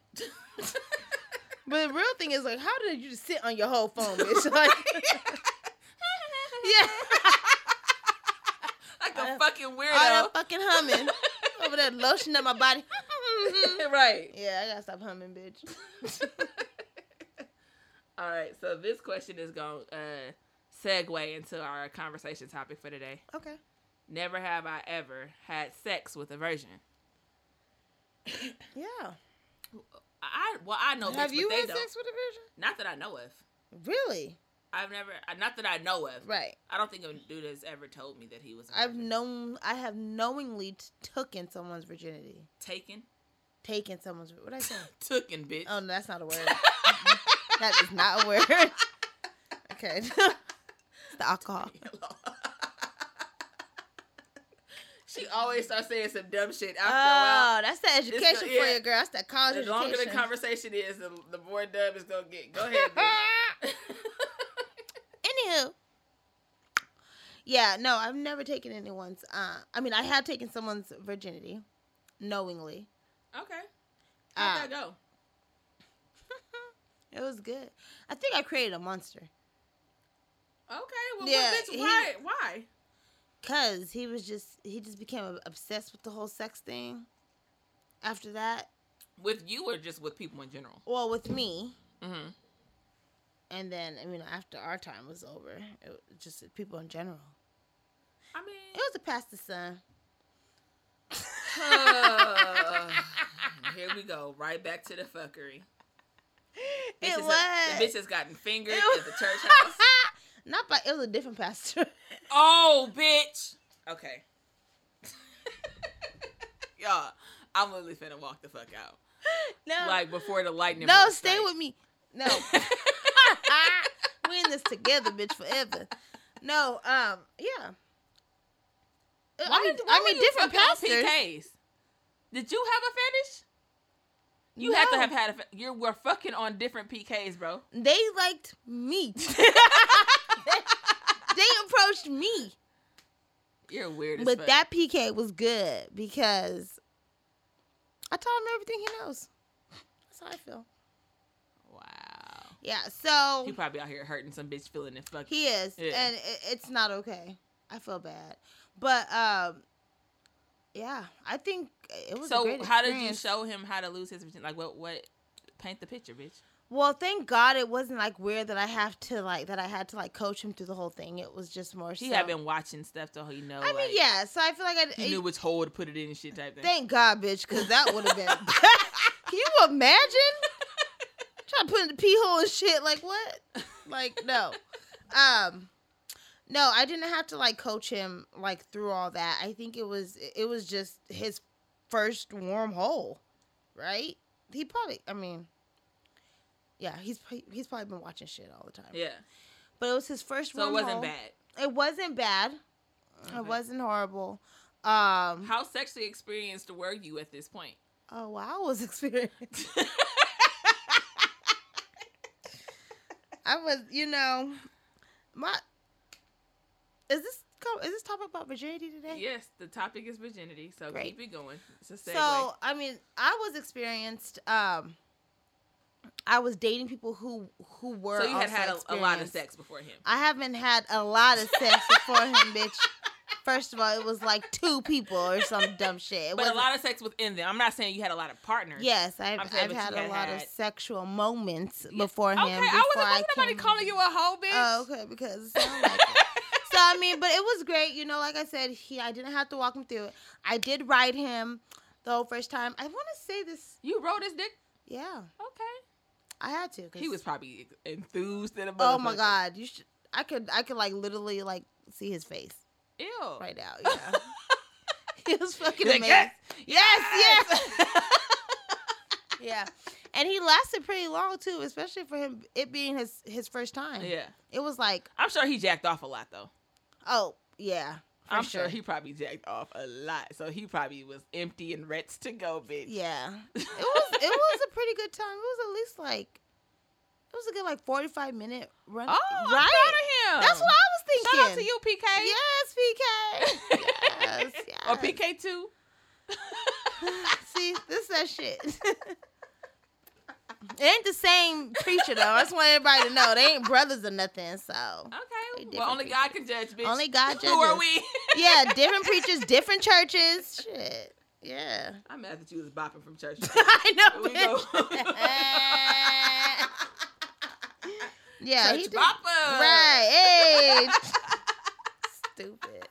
Speaker 2: But the real thing is like, how did you just sit on your whole phone, bitch? Like, yeah,
Speaker 1: like
Speaker 2: All
Speaker 1: a
Speaker 2: that-
Speaker 1: fucking
Speaker 2: all that
Speaker 1: weirdo.
Speaker 2: fucking humming over that lotion on my body. Mm-hmm.
Speaker 1: right.
Speaker 2: Yeah, I gotta stop humming, bitch.
Speaker 1: All right. So this question is going to uh, segue into our conversation topic for today.
Speaker 2: okay.
Speaker 1: Never have I ever had sex with a virgin.
Speaker 2: Yeah.
Speaker 1: I well I know.
Speaker 2: Have
Speaker 1: this,
Speaker 2: you
Speaker 1: but they
Speaker 2: had
Speaker 1: don't.
Speaker 2: sex with a
Speaker 1: Not that I know of.
Speaker 2: virgin? Really?
Speaker 1: I've never. uh, Not that I know of.
Speaker 2: Right.
Speaker 1: I don't think a dude has ever told me that he was. a
Speaker 2: I've
Speaker 1: virgin.
Speaker 2: known. I have knowingly t- taken someone's virginity.
Speaker 1: taken,
Speaker 2: Taken someone's. What I say?
Speaker 1: taken, bitch.
Speaker 2: Oh no, that's not a word. that is not a word. Okay. it's the alcohol.
Speaker 1: she always starts saying some dumb shit after
Speaker 2: Oh, that's the
Speaker 1: the-
Speaker 2: education for
Speaker 1: yeah.
Speaker 2: you, girl. That's that college
Speaker 1: a while. The longer the
Speaker 2: education.
Speaker 1: conversation is, the, the more dumb it's gonna get. Go ahead. bitch.
Speaker 2: Anywho. Yeah, no, I've never taken anyone's. Uh, I mean, I have taken someone's virginity, knowingly.
Speaker 1: okay. How'd
Speaker 2: Uh,
Speaker 1: that go?
Speaker 2: It was good. I think I created a monster
Speaker 1: Okay. Well,
Speaker 2: yeah,
Speaker 1: well, bitch,
Speaker 2: he-
Speaker 1: why? Why?
Speaker 2: because he was just he just became ob- obsessed with the whole sex thing. After that,
Speaker 1: With you or just with people in general?
Speaker 2: well, with me,
Speaker 1: Mm-hmm.
Speaker 2: and then I mean, after our time was over, it was just people in general.
Speaker 1: I
Speaker 2: It
Speaker 1: mean,
Speaker 2: was a past the sun.
Speaker 1: uh, here we go. Right back to the fuckery.
Speaker 2: It
Speaker 1: Bitches-
Speaker 2: was.
Speaker 1: The bitch has gotten fingered
Speaker 2: It
Speaker 1: at the church house.
Speaker 2: Not by it was a different pastor.
Speaker 1: Oh, bitch. Okay. Y'all, I'm literally finna walk the fuck out.
Speaker 2: no,
Speaker 1: Like before the lightning.
Speaker 2: Uh, no,
Speaker 1: bolt
Speaker 2: stay
Speaker 1: strike.
Speaker 2: with me. No, we in this together, bitch, forever. No, um, yeah. I
Speaker 1: why
Speaker 2: mean,
Speaker 1: did, why
Speaker 2: I mean, different pastors.
Speaker 1: PKs? Did you have a fetish? You have to
Speaker 2: No.
Speaker 1: have had a. Fe- you were fucking on different PKs, bro.
Speaker 2: They liked me. they approached me.
Speaker 1: You're weird. as
Speaker 2: But
Speaker 1: fuck.
Speaker 2: that PK was good because I told him everything he knows. That's how I feel.
Speaker 1: Wow.
Speaker 2: Yeah,
Speaker 1: He
Speaker 2: so
Speaker 1: probably out here hurting some bitch feeling it fucking.
Speaker 2: he is.
Speaker 1: Yeah.
Speaker 2: And it, it's not okay. I feel bad. But um yeah, I think it was a
Speaker 1: So
Speaker 2: great
Speaker 1: how did you
Speaker 2: experience.
Speaker 1: show him how to lose his virginity? Like what? What? Paint the picture, bitch.
Speaker 2: Well, thank God it wasn't like weird that I have to like that I had to like coach him through the whole thing. It was just more
Speaker 1: He
Speaker 2: so
Speaker 1: had been watching stuff till he know.
Speaker 2: I mean,
Speaker 1: like,
Speaker 2: yeah, so I feel like I
Speaker 1: He knew which hole to put it in and shit type thing.
Speaker 2: Thank God, bitch, because that would have been. Can you imagine? Trying to put in the pee hole and shit. Like what? Like no, um, no. I didn't have to like coach him like through all that. I think it was it was just his first warm hole, right? He probably. I mean, yeah, he's pro- he's probably been watching shit all the time.
Speaker 1: yeah.
Speaker 2: but it was his first.
Speaker 1: So it
Speaker 2: warm
Speaker 1: wasn't
Speaker 2: hole.
Speaker 1: bad.
Speaker 2: It wasn't bad.
Speaker 1: Okay.
Speaker 2: It wasn't horrible. Um.
Speaker 1: How sexually experienced were you at this point?
Speaker 2: Oh wow, I was experienced. I was, you know, my is this co- is this topic about virginity today?
Speaker 1: Yes, the topic is virginity, so
Speaker 2: Great.
Speaker 1: keep it going. It's a segue.
Speaker 2: So I mean, I was experienced. Um, I was dating people who who were.
Speaker 1: So you had
Speaker 2: also
Speaker 1: had a, a lot of
Speaker 2: experienced.
Speaker 1: sex before him.
Speaker 2: I haven't had a lot of sex before him, bitch. First of all, it was like two people or some dumb shit. It
Speaker 1: But a
Speaker 2: wasn't-
Speaker 1: lot of sex within them. I'm not saying you had a lot of partners.
Speaker 2: Yes, I've,
Speaker 1: I'm saying,
Speaker 2: I've
Speaker 1: but you
Speaker 2: had a
Speaker 1: had
Speaker 2: lot of
Speaker 1: had-
Speaker 2: sexual moments before him.
Speaker 1: Okay, I
Speaker 2: before
Speaker 1: wasn't, wasn't nobody
Speaker 2: came-
Speaker 1: calling you a hoe, bitch.
Speaker 2: Oh, okay, because it sounded like it. so I mean, but it was great. You know, like I said, he I didn't have to walk him through it. I did ride him the whole first time. I want to say this.
Speaker 1: You rode his dick.
Speaker 2: Yeah,
Speaker 1: Okay.
Speaker 2: I had to. 'cause-
Speaker 1: He was probably e, enthused in a
Speaker 2: Oh my
Speaker 1: motherfucker.
Speaker 2: god, you should. I could. I could like literally like see his face
Speaker 1: Ew.
Speaker 2: right now. Yeah. He was fucking
Speaker 1: He's like,
Speaker 2: amazing.
Speaker 1: "Yes,
Speaker 2: yes, yeah. And he lasted pretty long too, especially for him it being his his first time.
Speaker 1: yeah.
Speaker 2: It was like,
Speaker 1: I'm sure he jacked off a lot though.
Speaker 2: oh yeah. for
Speaker 1: I'm sure. he probably jacked off a lot, so he probably was empty and rets to go, bitch.
Speaker 2: Yeah. It was it was a pretty good time. It was at least like it was a good like forty five minute run.
Speaker 1: Oh,
Speaker 2: right?
Speaker 1: I'm proud of him.
Speaker 2: That's what I
Speaker 1: Shout
Speaker 2: was
Speaker 1: out to
Speaker 2: thinking.
Speaker 1: you, PK.
Speaker 2: Yes, PK. yes, yes.
Speaker 1: Or PK two.
Speaker 2: See, this is that shit. it ain't the same preacher though. I just want everybody to know they ain't brothers or nothing. So They
Speaker 1: Okay.
Speaker 2: different
Speaker 1: Well, only God can judge, bitch.
Speaker 2: Only God
Speaker 1: Who are
Speaker 2: judges.
Speaker 1: we?
Speaker 2: yeah, different preachers, different churches. Shit. Yeah.
Speaker 1: I'm mad that you was bopping from church.
Speaker 2: I know.
Speaker 1: We
Speaker 2: bitch. yeah, he
Speaker 1: Church
Speaker 2: did-
Speaker 1: bopper.
Speaker 2: Right. Hey. Stupid.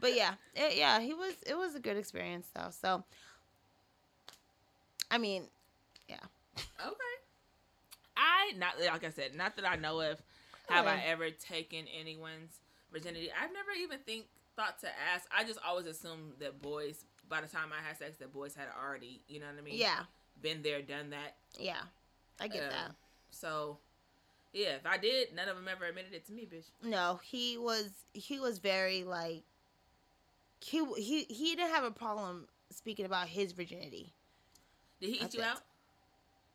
Speaker 2: But yeah, it, yeah, he was. It was a good experience though. So, I mean,
Speaker 1: Okay. I not like I said, not that I know of, have I
Speaker 2: Okay.
Speaker 1: ever taken anyone's virginity. I've never even think thought to ask. I just always assumed that boys, by the time I had sex, that boys had already, you know what I mean?
Speaker 2: yeah,
Speaker 1: Been there, done that.
Speaker 2: yeah, I get
Speaker 1: Um,
Speaker 2: that.
Speaker 1: So, yeah, if I did, none of them ever admitted it to me, bitch.
Speaker 2: No, he was. He was very like. He he he didn't have a problem speaking about his virginity
Speaker 1: Did he eat
Speaker 2: I
Speaker 1: you
Speaker 2: bet.
Speaker 1: out?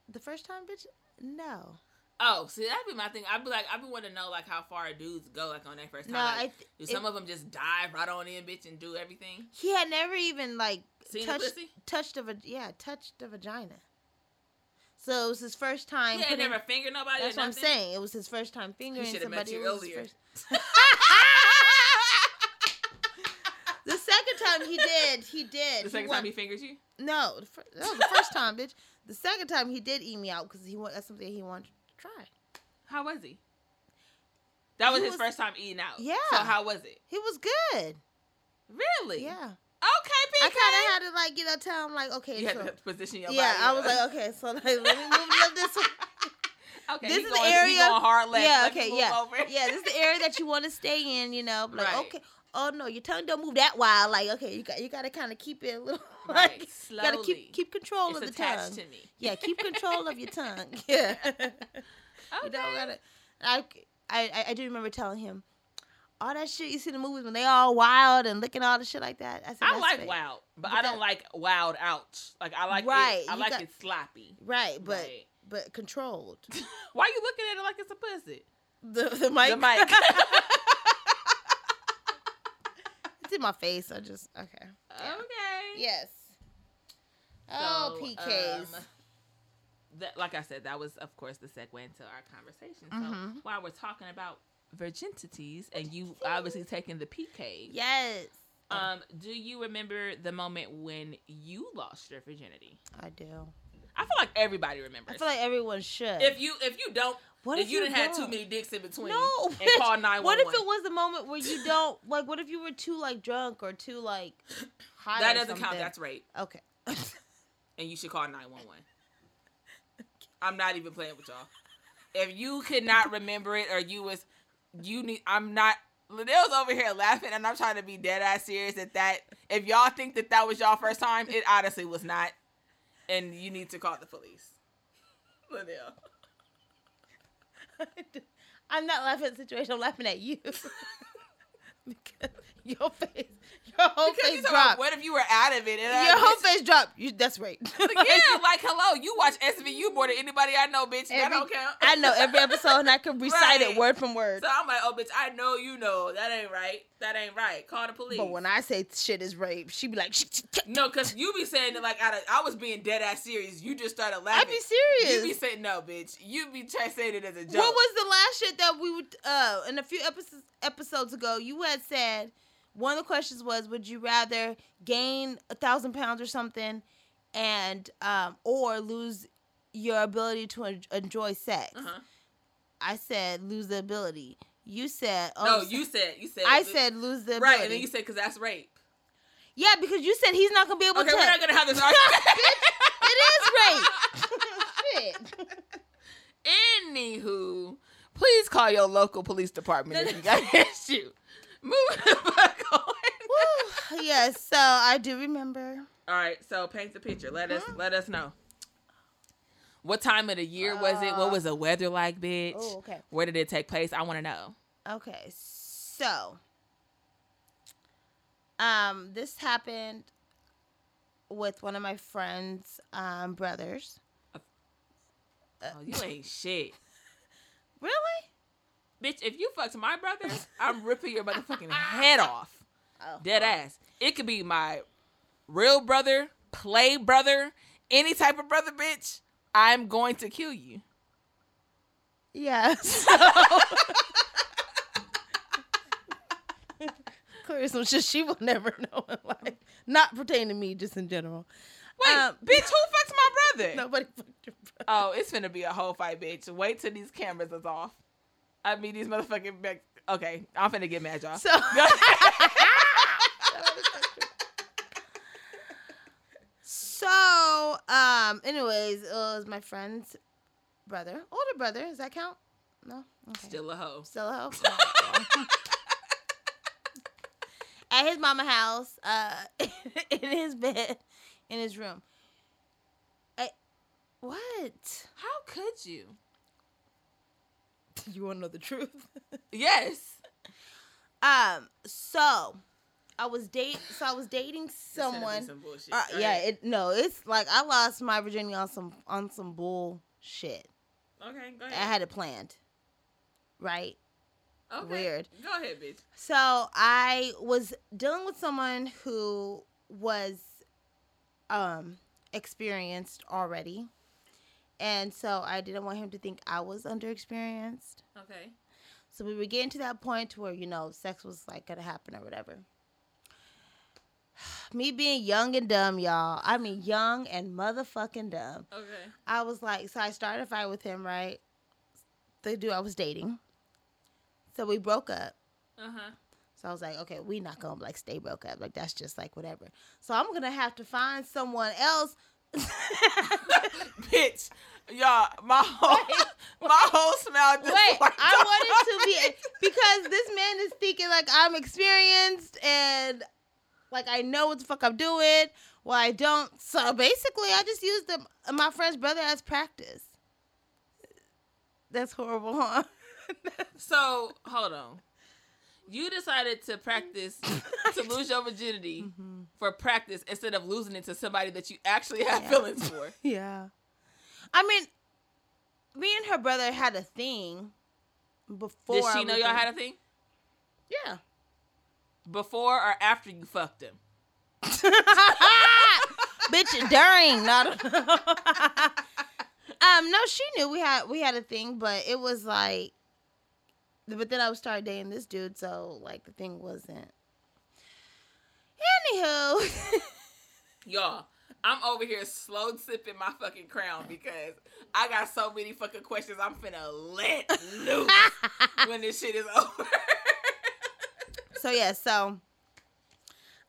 Speaker 2: the first time, bitch. No,
Speaker 1: Oh, see, that'd be my thing. I'd be like, I'd be wanting to know like how far dudes go like on their first time.
Speaker 2: no,
Speaker 1: like,
Speaker 2: I. Th-
Speaker 1: do some of them just dive right on in, bitch, and do everything?
Speaker 2: he had never even like
Speaker 1: See the
Speaker 2: touched
Speaker 1: pussy?
Speaker 2: touched the va- yeah touched the vagina. So it was his first time.
Speaker 1: Yeah,
Speaker 2: putting-
Speaker 1: never finger nobody.
Speaker 2: that's
Speaker 1: or
Speaker 2: what I'm
Speaker 1: nothing?
Speaker 2: saying. It was his first time fingering
Speaker 1: should have met
Speaker 2: somebody.
Speaker 1: you
Speaker 2: It was his
Speaker 1: earlier.
Speaker 2: first- the second time he did, he did.
Speaker 1: The second
Speaker 2: won-
Speaker 1: time he fingers you?
Speaker 2: no, the fir- that was the first time, bitch. The second time he did eat me out because he want that's something he wanted to try.
Speaker 1: How was he? That was
Speaker 2: He
Speaker 1: his
Speaker 2: was-
Speaker 1: first time eating out.
Speaker 2: Yeah.
Speaker 1: So how was it?
Speaker 2: He was good.
Speaker 1: Really?
Speaker 2: Yeah,
Speaker 1: Okay,
Speaker 2: I
Speaker 1: PK.
Speaker 2: kind of had to like you know tell him like okay,
Speaker 1: you
Speaker 2: so-
Speaker 1: had to position your
Speaker 2: yeah.
Speaker 1: body.
Speaker 2: I was like okay, so like let me move it up this way.
Speaker 1: like, okay,
Speaker 2: this
Speaker 1: he
Speaker 2: is the
Speaker 1: going, He
Speaker 2: area-
Speaker 1: going hard left.
Speaker 2: yeah,
Speaker 1: Let me
Speaker 2: okay,
Speaker 1: move
Speaker 2: yeah,
Speaker 1: Over.
Speaker 2: yeah. This is the area that you want to stay in, you know. Like,
Speaker 1: Right.
Speaker 2: okay, oh no, your tongue don't move that wild. Like, okay, you got you got to kind of keep it a little.
Speaker 1: Right.
Speaker 2: Like, you
Speaker 1: Slowly.
Speaker 2: gotta keep keep control
Speaker 1: it's
Speaker 2: of the
Speaker 1: attached
Speaker 2: tongue.
Speaker 1: to me.
Speaker 2: yeah, keep control of your tongue. Yeah,
Speaker 1: Okay.
Speaker 2: you don't gotta. I, I I- I do remember telling him. All that shit you see in the movies when they all wild and licking all the shit like that. I, said,
Speaker 1: I
Speaker 2: "That's
Speaker 1: like
Speaker 2: fake."
Speaker 1: wild, but,
Speaker 2: But
Speaker 1: I don't
Speaker 2: that-
Speaker 1: like wild out. Like I like
Speaker 2: Right,
Speaker 1: it. I
Speaker 2: you
Speaker 1: like
Speaker 2: got-
Speaker 1: it sloppy.
Speaker 2: Right, but
Speaker 1: Right.
Speaker 2: but controlled.
Speaker 1: Why you looking at it like it's a pussy?
Speaker 2: The the mic.
Speaker 1: The mic.
Speaker 2: it's in my face. I just okay. Yeah.
Speaker 1: Okay.
Speaker 2: Yes. Oh,
Speaker 1: So,
Speaker 2: PKs.
Speaker 1: um, that, like I said, that was, of course, the segue into our conversation. So
Speaker 2: Mhm.
Speaker 1: while we're talking about virginities, and you obviously taking the PK,
Speaker 2: yes.
Speaker 1: um, do you remember the moment when you lost your virginity?
Speaker 2: I do.
Speaker 1: I feel like everybody remembers.
Speaker 2: I feel like everyone should.
Speaker 1: if you if you don't,
Speaker 2: what
Speaker 1: if you didn't have too
Speaker 2: don't?
Speaker 1: many dicks in between,
Speaker 2: No,
Speaker 1: and
Speaker 2: bitch.
Speaker 1: call nine
Speaker 2: What
Speaker 1: one
Speaker 2: if it
Speaker 1: one.
Speaker 2: was the moment where you don't like? What if you were too like drunk or too like high?
Speaker 1: That
Speaker 2: or
Speaker 1: doesn't count.
Speaker 2: something?
Speaker 1: That's rape,
Speaker 2: okay.
Speaker 1: and you should call nine one one. I'm not even playing with y'all. If you could not remember it, or you was you need I'm not Liddell's over here laughing and I'm trying to be dead ass serious at that. If y'all think that that was y'all first time, it honestly was not. And you need to call the police. Liddell.
Speaker 2: I'm not laughing at the situation. I'm laughing at you because your face, your whole
Speaker 1: Because you
Speaker 2: face
Speaker 1: talking about
Speaker 2: dropped.
Speaker 1: what if you were out of it? And I-
Speaker 2: Your whole face dropped. You, that's right.
Speaker 1: Yeah, like hello, you watch SVU more than anybody I know, bitch. that
Speaker 2: Every-
Speaker 1: don't count.
Speaker 2: I know every episode, and I can recite
Speaker 1: Right.
Speaker 2: it word from word.
Speaker 1: So I'm like, oh bitch, I know you know. That ain't right. That ain't right. Call the police.
Speaker 2: But when I say shit is rape, she be like,
Speaker 1: no, cause you be saying it like out of, I was being dead ass serious. You just started laughing.
Speaker 2: I be serious.
Speaker 1: You be saying no, bitch. You be trying to say it as a joke.
Speaker 2: what was the last shit that we would uh in a few episodes episodes ago you had said one of the questions was would you rather gain a thousand pounds or something and um or lose your ability to en- enjoy sex
Speaker 1: Uh-huh.
Speaker 2: i said lose the ability you said
Speaker 1: No,
Speaker 2: oh
Speaker 1: you said you said
Speaker 2: i said lose the ability
Speaker 1: right, and then you said because that's rape.
Speaker 2: yeah because you said he's not gonna be able
Speaker 1: Okay,
Speaker 2: to
Speaker 1: we're not gonna have this argument.
Speaker 2: it is rape shit
Speaker 1: Anywho, please call your local police department if you got an issue. Move the fuck on.
Speaker 2: Woo. yes so i do remember
Speaker 1: All right, so paint the picture. Let us let us know. What time of the year was it? What was the weather like, bitch?
Speaker 2: Uh, oh okay
Speaker 1: Where did it take place? I want to know.
Speaker 2: Okay, so um, this happened with one of my friend's um, brothers. Uh,
Speaker 1: Oh, you ain't shit,
Speaker 2: Really?
Speaker 1: bitch. If you fucked my brother, I'm ripping your motherfucking head off.
Speaker 2: Oh,
Speaker 1: Dead ass. It could be my real brother, play brother, any type of brother, bitch. I'm going to kill you.
Speaker 2: Yeah. Clearly, some shit she will never know in life. Not pertaining to me, just in general.
Speaker 1: Wait,
Speaker 2: Um,
Speaker 1: bitch, who fucks my brother?
Speaker 2: Nobody fucked your brother.
Speaker 1: Oh, it's gonna be a whole fight, bitch. Wait till these cameras is off. I mean, these motherfucking back. Okay, I'm finna get mad, y'all.
Speaker 2: So So, um, anyways, it was my friend's brother, older brother. Does that count? No. Okay.
Speaker 1: Still a hoe.
Speaker 2: Still a hoe? At his mama house, uh, in his bed, in his room. I, what?
Speaker 1: How could you?
Speaker 2: You want to know the truth?
Speaker 1: Yes.
Speaker 2: um. So, I was date. So I was dating someone. Uh, yeah. It, no. It's like I lost my virginity on some on some bullshit.
Speaker 1: okay. Go
Speaker 2: I had it planned. Right.
Speaker 1: Okay.
Speaker 2: weird.
Speaker 1: Go ahead, bitch.
Speaker 2: So I was dealing with someone who was um experienced already. And so I didn't want him to think I was underexperienced.
Speaker 1: Okay.
Speaker 2: So we were getting to that point to where, you know, sex was like gonna happen or whatever. Me being young and dumb, y'all. I mean young and motherfucking dumb.
Speaker 1: Okay.
Speaker 2: I was like, so I started a fight with him, right? The dude I was dating. So we broke up.
Speaker 1: Uh huh.
Speaker 2: So I was like, okay, we not gonna like stay broke up. Like that's just like whatever. So I'm gonna have to find someone else.
Speaker 1: bitch, y'all, my whole my whole smell.
Speaker 2: Wait,
Speaker 1: Just like-
Speaker 2: I wanted to be because this man is thinking like I'm experienced and like I know what the fuck I'm doing. Well, I don't. So basically, I just used them, my friend's brother as practice. That's horrible, huh?
Speaker 1: So hold on. You decided to practice to lose your virginity for practice instead of losing it to somebody that you actually have
Speaker 2: Yeah.
Speaker 1: feelings for.
Speaker 2: Yeah. I mean, me and her brother had a thing before.
Speaker 1: Did
Speaker 2: I
Speaker 1: she
Speaker 2: was
Speaker 1: know y'all
Speaker 2: dating-
Speaker 1: had a thing
Speaker 2: Yeah.
Speaker 1: before or after you fucked him?
Speaker 2: bitch during not um no she knew we had we had a thing but it was like but then i would start dating this dude so like the thing wasn't anywho
Speaker 1: Y'all, I'm over here slow sipping my fucking crown because I got so many fucking questions I'm finna let loose when this shit is over.
Speaker 2: so yeah so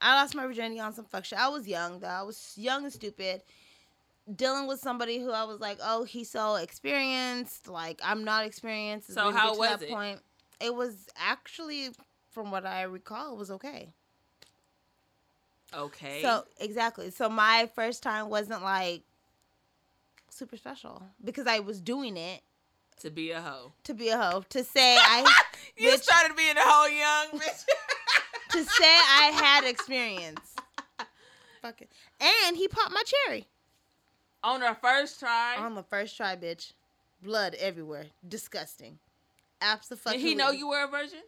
Speaker 2: i lost my virginity on some fuck shit i was young though i was young and stupid dealing with somebody who i was like oh he's so experienced like i'm not experienced It's
Speaker 1: So
Speaker 2: when we get
Speaker 1: how
Speaker 2: to
Speaker 1: was
Speaker 2: that
Speaker 1: it?
Speaker 2: point it was actually from what i recall it was okay
Speaker 1: okay.
Speaker 2: So exactly. So my first time wasn't like super special because I was doing it
Speaker 1: to be a hoe.
Speaker 2: to be a hoe. To say I
Speaker 1: You
Speaker 2: Bitch.
Speaker 1: started being a hoe young, bitch.
Speaker 2: to say I had experience. Fuck it. And he popped my cherry
Speaker 1: On our first try.
Speaker 2: on the first try, bitch. Blood everywhere. Disgusting. Absolutely.
Speaker 1: Did he know you were a virgin?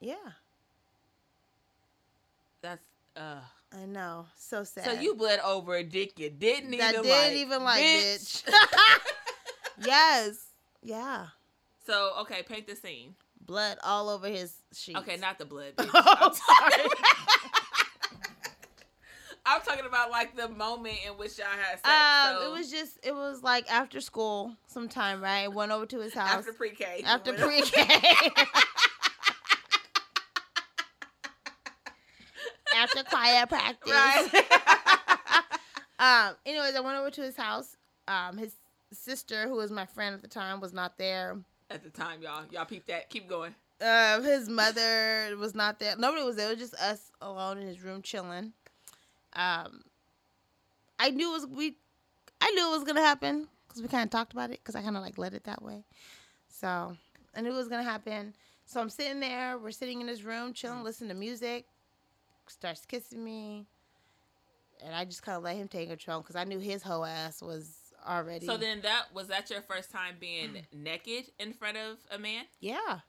Speaker 2: Yeah,
Speaker 1: That's uh.
Speaker 2: I know. So sad.
Speaker 1: So you bled over a dick you didn't
Speaker 2: that
Speaker 1: even
Speaker 2: didn't
Speaker 1: like.
Speaker 2: even like, bitch. yes. Yeah.
Speaker 1: So okay, paint the scene.
Speaker 2: Blood all over his sheets.
Speaker 1: Okay, not the blood. Bitch.
Speaker 2: Oh, sorry.
Speaker 1: I'm talking about like the moment in which y'all had sex.
Speaker 2: Um,
Speaker 1: so
Speaker 2: it was just it was like after school sometime, right? Went over to his house
Speaker 1: after pre-K.
Speaker 2: after,
Speaker 1: Whatever.
Speaker 2: pre-K. after choir practice.
Speaker 1: Right.
Speaker 2: Um, anyways, I went over to his house. Um, his sister, who was my friend at the time, was not there.
Speaker 1: At the time, y'all, y'all peep that. Keep going.
Speaker 2: Um, his mother was not there. Nobody was there. It was just us alone in his room chilling. Um, I knew it was we. I knew it was gonna happen because we kind of talked about it because I kind of like led it that way. So I knew it was gonna happen. So I'm sitting there. We're sitting in his room chilling, listening to music. Starts kissing me, and I just kind of let him take control because I knew his whole ass was already.
Speaker 1: So then that was that your first time
Speaker 2: Mm.
Speaker 1: being naked in front of a man?
Speaker 2: yeah.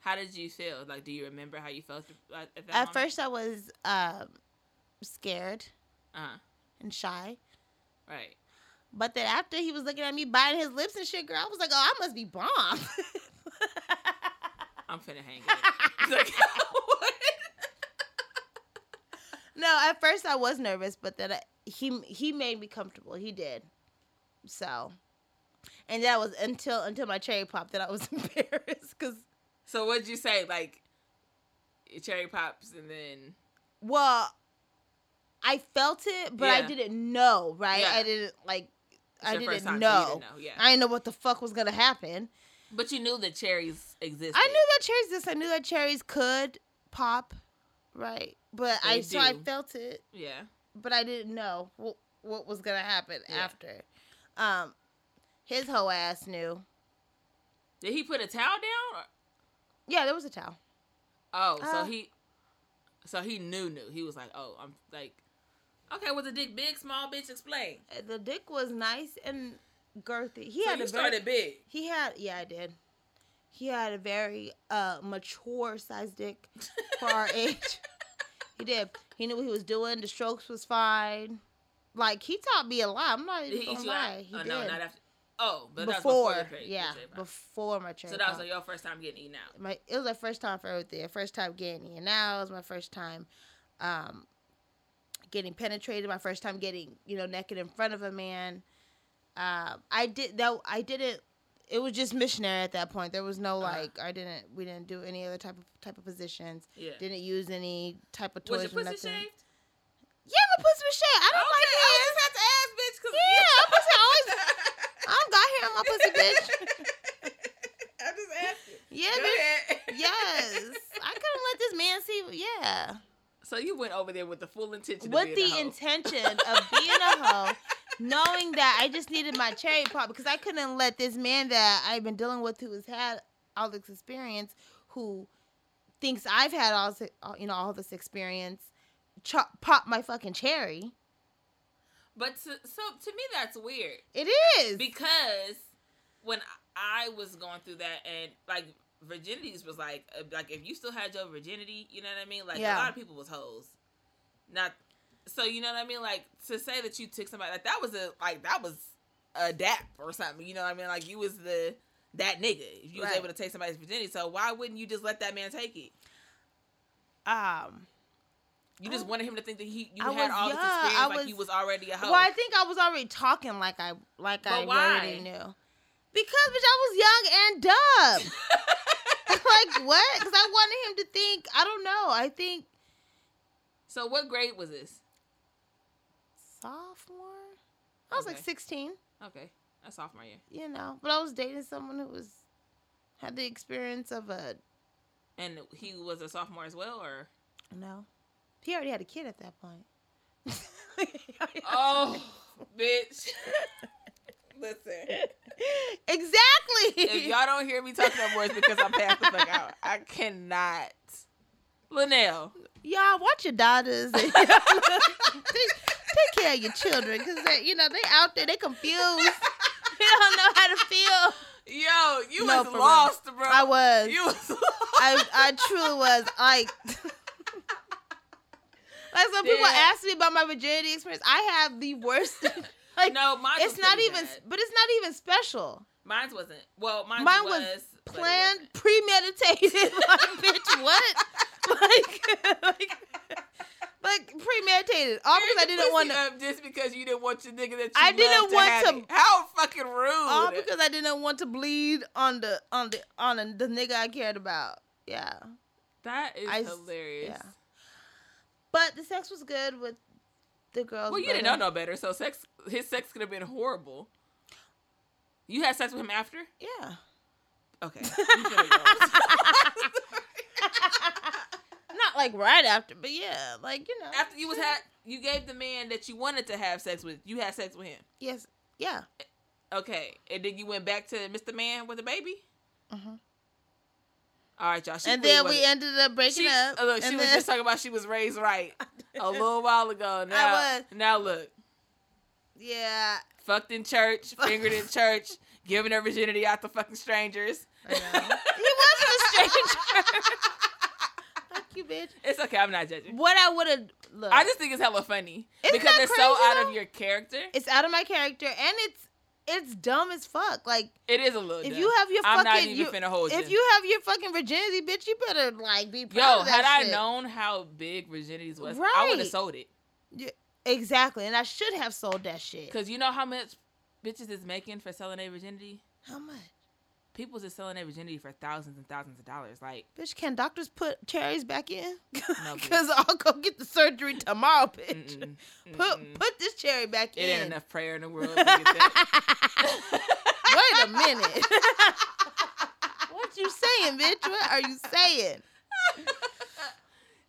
Speaker 1: How did you feel? Like, do you remember how you felt at, at that
Speaker 2: At first, I was um, scared
Speaker 1: uh
Speaker 2: and shy.
Speaker 1: right.
Speaker 2: But then after he was looking at me biting his lips and shit, girl, I was like, oh, I must be bomb.
Speaker 1: I'm finna hang it. It's like, what?
Speaker 2: No, at first I was nervous, but then I, he he made me comfortable. He did. So, and that was until until my cherry pop that I was embarrassed because
Speaker 1: So what'd you say? Like cherry pops and then
Speaker 2: well, I felt it, but I
Speaker 1: Yeah.
Speaker 2: didn't know. Right?
Speaker 1: Yeah.
Speaker 2: I didn't like.
Speaker 1: it's
Speaker 2: I
Speaker 1: your first time, so
Speaker 2: didn't know.
Speaker 1: you didn't know. Yeah.
Speaker 2: I didn't know what the fuck was gonna happen.
Speaker 1: but you knew that cherries existed.
Speaker 2: I knew that cherries this. I knew that cherries could pop, right? But I
Speaker 1: They
Speaker 2: so I
Speaker 1: do.
Speaker 2: felt it.
Speaker 1: Yeah.
Speaker 2: but I didn't know what, what was gonna happen
Speaker 1: Yeah.
Speaker 2: after. Um, his whole ass knew.
Speaker 1: Did he put a towel down? Or?
Speaker 2: Yeah, there was a towel.
Speaker 1: Oh,
Speaker 2: Uh.
Speaker 1: so he, so he knew knew. He was like, oh, I'm like, okay, was the dick big, small, bitch? Explain.
Speaker 2: Uh, The dick was nice and girthy. He
Speaker 1: so
Speaker 2: had
Speaker 1: you
Speaker 2: a very,
Speaker 1: started big.
Speaker 2: he had yeah I did. He had a very uh mature sized dick for our age. He did. He knew what he was doing. The strokes was fine. Like he taught me a lot. I'm not
Speaker 1: Did
Speaker 2: even
Speaker 1: he eat
Speaker 2: gonna
Speaker 1: you out?
Speaker 2: lie. He
Speaker 1: oh
Speaker 2: did.
Speaker 1: no, not after. Oh, but that
Speaker 2: before,
Speaker 1: was before. your period,
Speaker 2: yeah,
Speaker 1: your period.
Speaker 2: before my cherry
Speaker 1: so that was
Speaker 2: pop.
Speaker 1: like your first time getting eaten out.
Speaker 2: my it was my first time for everything. First time getting in and out. It was my first time um getting penetrated, my first time getting, you know, naked in front of a man. Um I did though I didn't it was just missionary at that point. There was no
Speaker 1: Uh-huh.
Speaker 2: like I didn't we didn't do any other type of type of positions.
Speaker 1: Yeah.
Speaker 2: Didn't use any type of toys
Speaker 1: was your
Speaker 2: or
Speaker 1: pussy
Speaker 2: nothing.
Speaker 1: shaved?
Speaker 2: Yeah, my pussy was shaved. I
Speaker 1: Okay,
Speaker 2: don't like
Speaker 1: I
Speaker 2: it.
Speaker 1: just had to ask, bitch, 'cause-
Speaker 2: Yeah, my pussy always I don't got hair on my pussy, bitch.
Speaker 1: I just asked you.
Speaker 2: Yeah,
Speaker 1: Go
Speaker 2: bitch.
Speaker 1: ahead.
Speaker 2: Yes. I couldn't let this man see yeah.
Speaker 1: So you went over there with the full intention. of being
Speaker 2: with the
Speaker 1: a hoe.
Speaker 2: intention of being a hoe, knowing that I just needed my cherry pop because I couldn't let this man that I've been dealing with, who has had all this experience, who thinks I've had all, this- all you know all this experience, chop, pop my fucking cherry.
Speaker 1: But to, so to me, that's weird
Speaker 2: It is
Speaker 1: because when I was going through that and like virginities was like uh, like if you still had your virginity, you know what I mean? Like
Speaker 2: Yeah.
Speaker 1: a lot of people was hoes. Not so you know what I mean? Like to say that you took somebody like that was a like that was a dap or something. You know what I mean? Like you was the that nigga if you was
Speaker 2: Right.
Speaker 1: able to take somebody's virginity. So why wouldn't you just let that man take it?
Speaker 2: um.
Speaker 1: You just
Speaker 2: I-
Speaker 1: wanted him to think that he you
Speaker 2: I
Speaker 1: had
Speaker 2: was
Speaker 1: all this
Speaker 2: young. I
Speaker 1: experience, like
Speaker 2: was-
Speaker 1: you was already a hoe.
Speaker 2: Well, I think I was already talking like I like
Speaker 1: Oh. But
Speaker 2: I already
Speaker 1: why?
Speaker 2: knew. Because bitch, I was young and dumb. like what? Because I wanted him to think. I don't know. I think
Speaker 1: so what grade was this?
Speaker 2: sophomore. I was like
Speaker 1: Okay.
Speaker 2: 16,
Speaker 1: Okay, that's sophomore year.
Speaker 2: you know, but I was dating someone who was had the experience of a
Speaker 1: And he was a sophomore as well, or
Speaker 2: no. He already had a kid at that point.
Speaker 1: oh, bitch. Listen, if
Speaker 2: exactly.
Speaker 1: y'all don't hear me talking about words because I'm passed the fuck out, I cannot. Linnell,
Speaker 2: Y'all watch your daughters. and- take care of your children because you know they out there. They confused. They don't know how to feel.
Speaker 1: yo, you
Speaker 2: No, for
Speaker 1: was
Speaker 2: real.
Speaker 1: lost, bro.
Speaker 2: I was.
Speaker 1: You was lost.
Speaker 2: I I truly was like. Like some people
Speaker 1: Yeah.
Speaker 2: ask me about my virginity experience, I have the worst. like
Speaker 1: no, mine.
Speaker 2: it's
Speaker 1: was
Speaker 2: not
Speaker 1: pretty
Speaker 2: even,
Speaker 1: bad.
Speaker 2: but it's not even special.
Speaker 1: Mine wasn't. Well, mine,
Speaker 2: Mine was
Speaker 1: was, but it
Speaker 2: Planned,
Speaker 1: wasn't.
Speaker 2: premeditated. like bitch, what? Like, like, like premeditated. All because I
Speaker 1: Here's your
Speaker 2: didn't want
Speaker 1: pussy
Speaker 2: to.
Speaker 1: up just because you didn't want your nigga that you
Speaker 2: I
Speaker 1: loved
Speaker 2: didn't
Speaker 1: to
Speaker 2: want
Speaker 1: have
Speaker 2: to-
Speaker 1: it. How fucking rude!
Speaker 2: All because I didn't want to bleed on the on the on the, the nigga I cared about. Yeah.
Speaker 1: that is
Speaker 2: I s-
Speaker 1: hilarious.
Speaker 2: yeah. But the sex was good with the girls.
Speaker 1: Well, you
Speaker 2: but,
Speaker 1: didn't know
Speaker 2: uh,
Speaker 1: no better, so sex his sex could have been horrible. You had sex with him after?
Speaker 2: Yeah.
Speaker 1: Okay. You coulda grown.
Speaker 2: Not like right after, but yeah, like you know.
Speaker 1: after you was
Speaker 2: shit.
Speaker 1: had you gave the man that you wanted to have sex with, you had sex with him.
Speaker 2: Yes. Yeah.
Speaker 1: Okay. And then you went back to Mr. Man with the baby?
Speaker 2: Mhm.
Speaker 1: All right, y'all. She
Speaker 2: and
Speaker 1: really
Speaker 2: then we
Speaker 1: wasn't-
Speaker 2: ended up breaking
Speaker 1: she,
Speaker 2: up.
Speaker 1: oh, look, she
Speaker 2: and
Speaker 1: was
Speaker 2: then-
Speaker 1: just talking about she was raised right a little while ago. Now,
Speaker 2: was.
Speaker 1: now look.
Speaker 2: Yeah.
Speaker 1: Fucked in church, fingered in church, giving her virginity out to fucking strangers.
Speaker 2: I know. he wasn't a stranger. Fuck you, bitch.
Speaker 1: It's okay, I'm not judging.
Speaker 2: What I would have look.
Speaker 1: I just think it's hella funny
Speaker 2: Isn't
Speaker 1: because
Speaker 2: that
Speaker 1: it's so
Speaker 2: crazy,
Speaker 1: out
Speaker 2: though?
Speaker 1: of your character.
Speaker 2: it's out of my character and it's it's dumb as fuck. Like
Speaker 1: It is a little.
Speaker 2: if
Speaker 1: dumb.
Speaker 2: you have your
Speaker 1: Oh, I'm not
Speaker 2: fucking
Speaker 1: even
Speaker 2: you-
Speaker 1: finna hold
Speaker 2: if
Speaker 1: you.
Speaker 2: you have your fucking virginity, bitch, you better like be proud
Speaker 1: Yo,
Speaker 2: of that
Speaker 1: had I
Speaker 2: shit.
Speaker 1: known how big virginities was, I would have
Speaker 2: Right.
Speaker 1: sold it.
Speaker 2: exactly, and I should have sold that shit.
Speaker 1: Cause you know how much bitches is making for selling their virginity.
Speaker 2: How much,
Speaker 1: People's is selling their virginity for thousands and thousands of dollars. Like,
Speaker 2: bitch? Can doctors put cherries back in?
Speaker 1: No, bitch.
Speaker 2: Because I'll go get the surgery tomorrow, bitch.
Speaker 1: mm-mm,
Speaker 2: Put
Speaker 1: mm-mm.
Speaker 2: put this cherry back
Speaker 1: it
Speaker 2: in.
Speaker 1: ain't enough prayer in the world. To get that.
Speaker 2: Wait a minute. what you saying, bitch? What are you saying?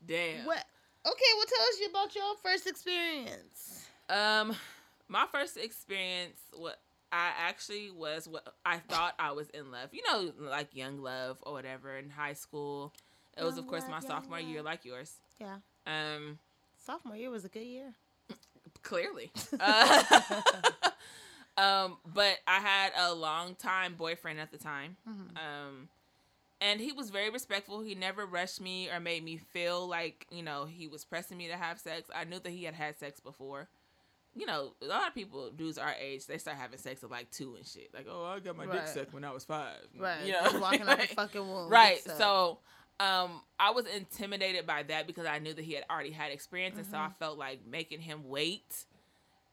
Speaker 1: Damn.
Speaker 2: What? Okay, well, tell us about your first experience.
Speaker 1: Um, my first experience, what I actually was, what I thought I was in love. You know, like young love or whatever in high school. It was, of
Speaker 2: Young
Speaker 1: course,
Speaker 2: love,
Speaker 1: my
Speaker 2: young
Speaker 1: sophomore year,
Speaker 2: love.
Speaker 1: like yours.
Speaker 2: Yeah.
Speaker 1: Um,
Speaker 2: Sophomore year was a good year.
Speaker 1: clearly. Uh, um, but I had a long time boyfriend at the time.
Speaker 2: Mhm.
Speaker 1: Um, and he was very respectful. He never rushed me or made me feel like, you know, he was pressing me to have sex. I knew that he had had sex before. You know, a lot of people, dudes our age, they start having sex at like two and shit. Like, oh, I got my dick
Speaker 2: Right.
Speaker 1: sucked when I was five.
Speaker 2: Right.
Speaker 1: You
Speaker 2: Just
Speaker 1: know?
Speaker 2: walking out
Speaker 1: Like-
Speaker 2: the fucking womb.
Speaker 1: right
Speaker 2: It's, uh,
Speaker 1: so um i was intimidated by that because i knew that he had already had experience and so i felt like making him wait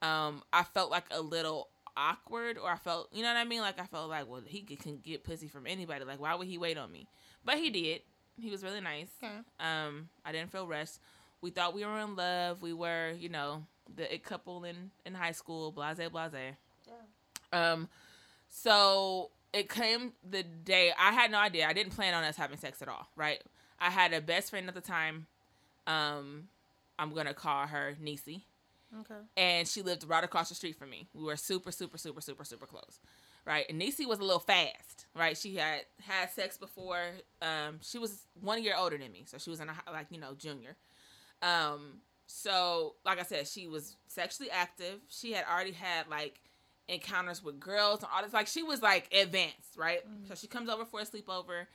Speaker 1: um i felt like a little awkward or i felt you know what i mean like i felt like well he could- can get pussy from anybody like why would he wait on me but he did he was really nice
Speaker 2: Okay.
Speaker 1: um i didn't feel rushed we thought we were in love we were you know the it couple in in high school blase blase um, so it came the day I had no idea. I didn't plan on us having sex at all, right? I had a best friend at the time. Um, I'm gonna call her Niecy,
Speaker 2: Okay.
Speaker 1: and she lived right across the street from me. We were super, super, super, super, super close, right? And Niecy was a little fast, right? She had had sex before. Um, she was one year older than me, so she was in a hi- like you know junior. Um, so like I said, she was sexually active. She had already had like encounters with girls and all this. Like she was like advanced, right? So she comes over for a sleepover,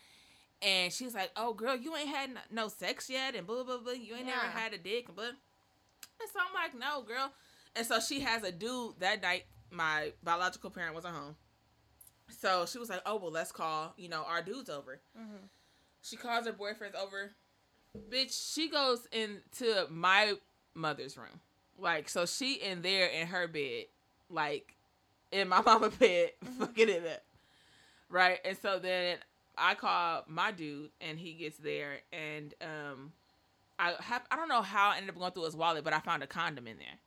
Speaker 1: and she's like, "Oh, girl, you ain't had no- no sex yet, and blah blah blah. You ain't never
Speaker 2: Yeah.
Speaker 1: had a dick, and blah." And so I'm like, "No, girl." And so she has a dude that night. My biological parent wasn't home, so she was like, "Oh well, let's call you know our dudes over." She calls her boyfriends over. Bitch, she goes into my mother's room. Like, so she in there in her bed, like in my mama bed, fucking it up. Right? And so then I call my dude and he gets there and um I have I don't know how I ended up going through his wallet, but I found a condom in there.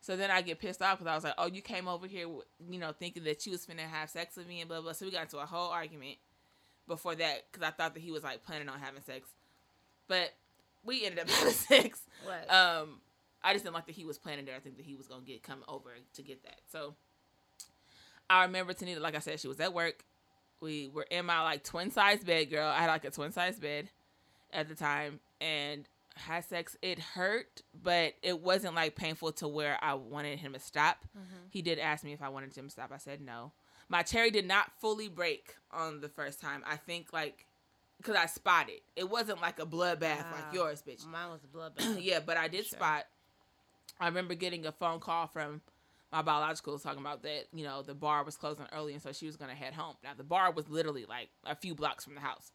Speaker 1: So then I get pissed off because I was like, "Oh, you came over here, with- you know, thinking that you was finna have sex with me and blah blah." So we got into a whole argument before that because I thought that he was like planning on having sex, but we ended up having sex.
Speaker 2: Right.
Speaker 1: Um, I just didn't like that he was planning it. I think that he was gonna get come over to get that. So I remember Tanita, like I said, she was at work. We were in my like twin size bed, girl. I had like a twin size bed at the time and had sex. It hurt, but it wasn't like painful to where I wanted him to stop. He did ask me if I wanted him to stop. I said no. My cherry did not fully break on the first time. I think like because I spotted. It wasn't like a bloodbath
Speaker 2: Wow.
Speaker 1: like yours, bitch.
Speaker 2: Mine was a bloodbath.
Speaker 1: yeah, but I did
Speaker 2: Sure.
Speaker 1: spot. I remember getting a phone call from my biological talking about that, you know, the bar was closing early and so she was going to head home. Now, the bar was literally like a few blocks from the house.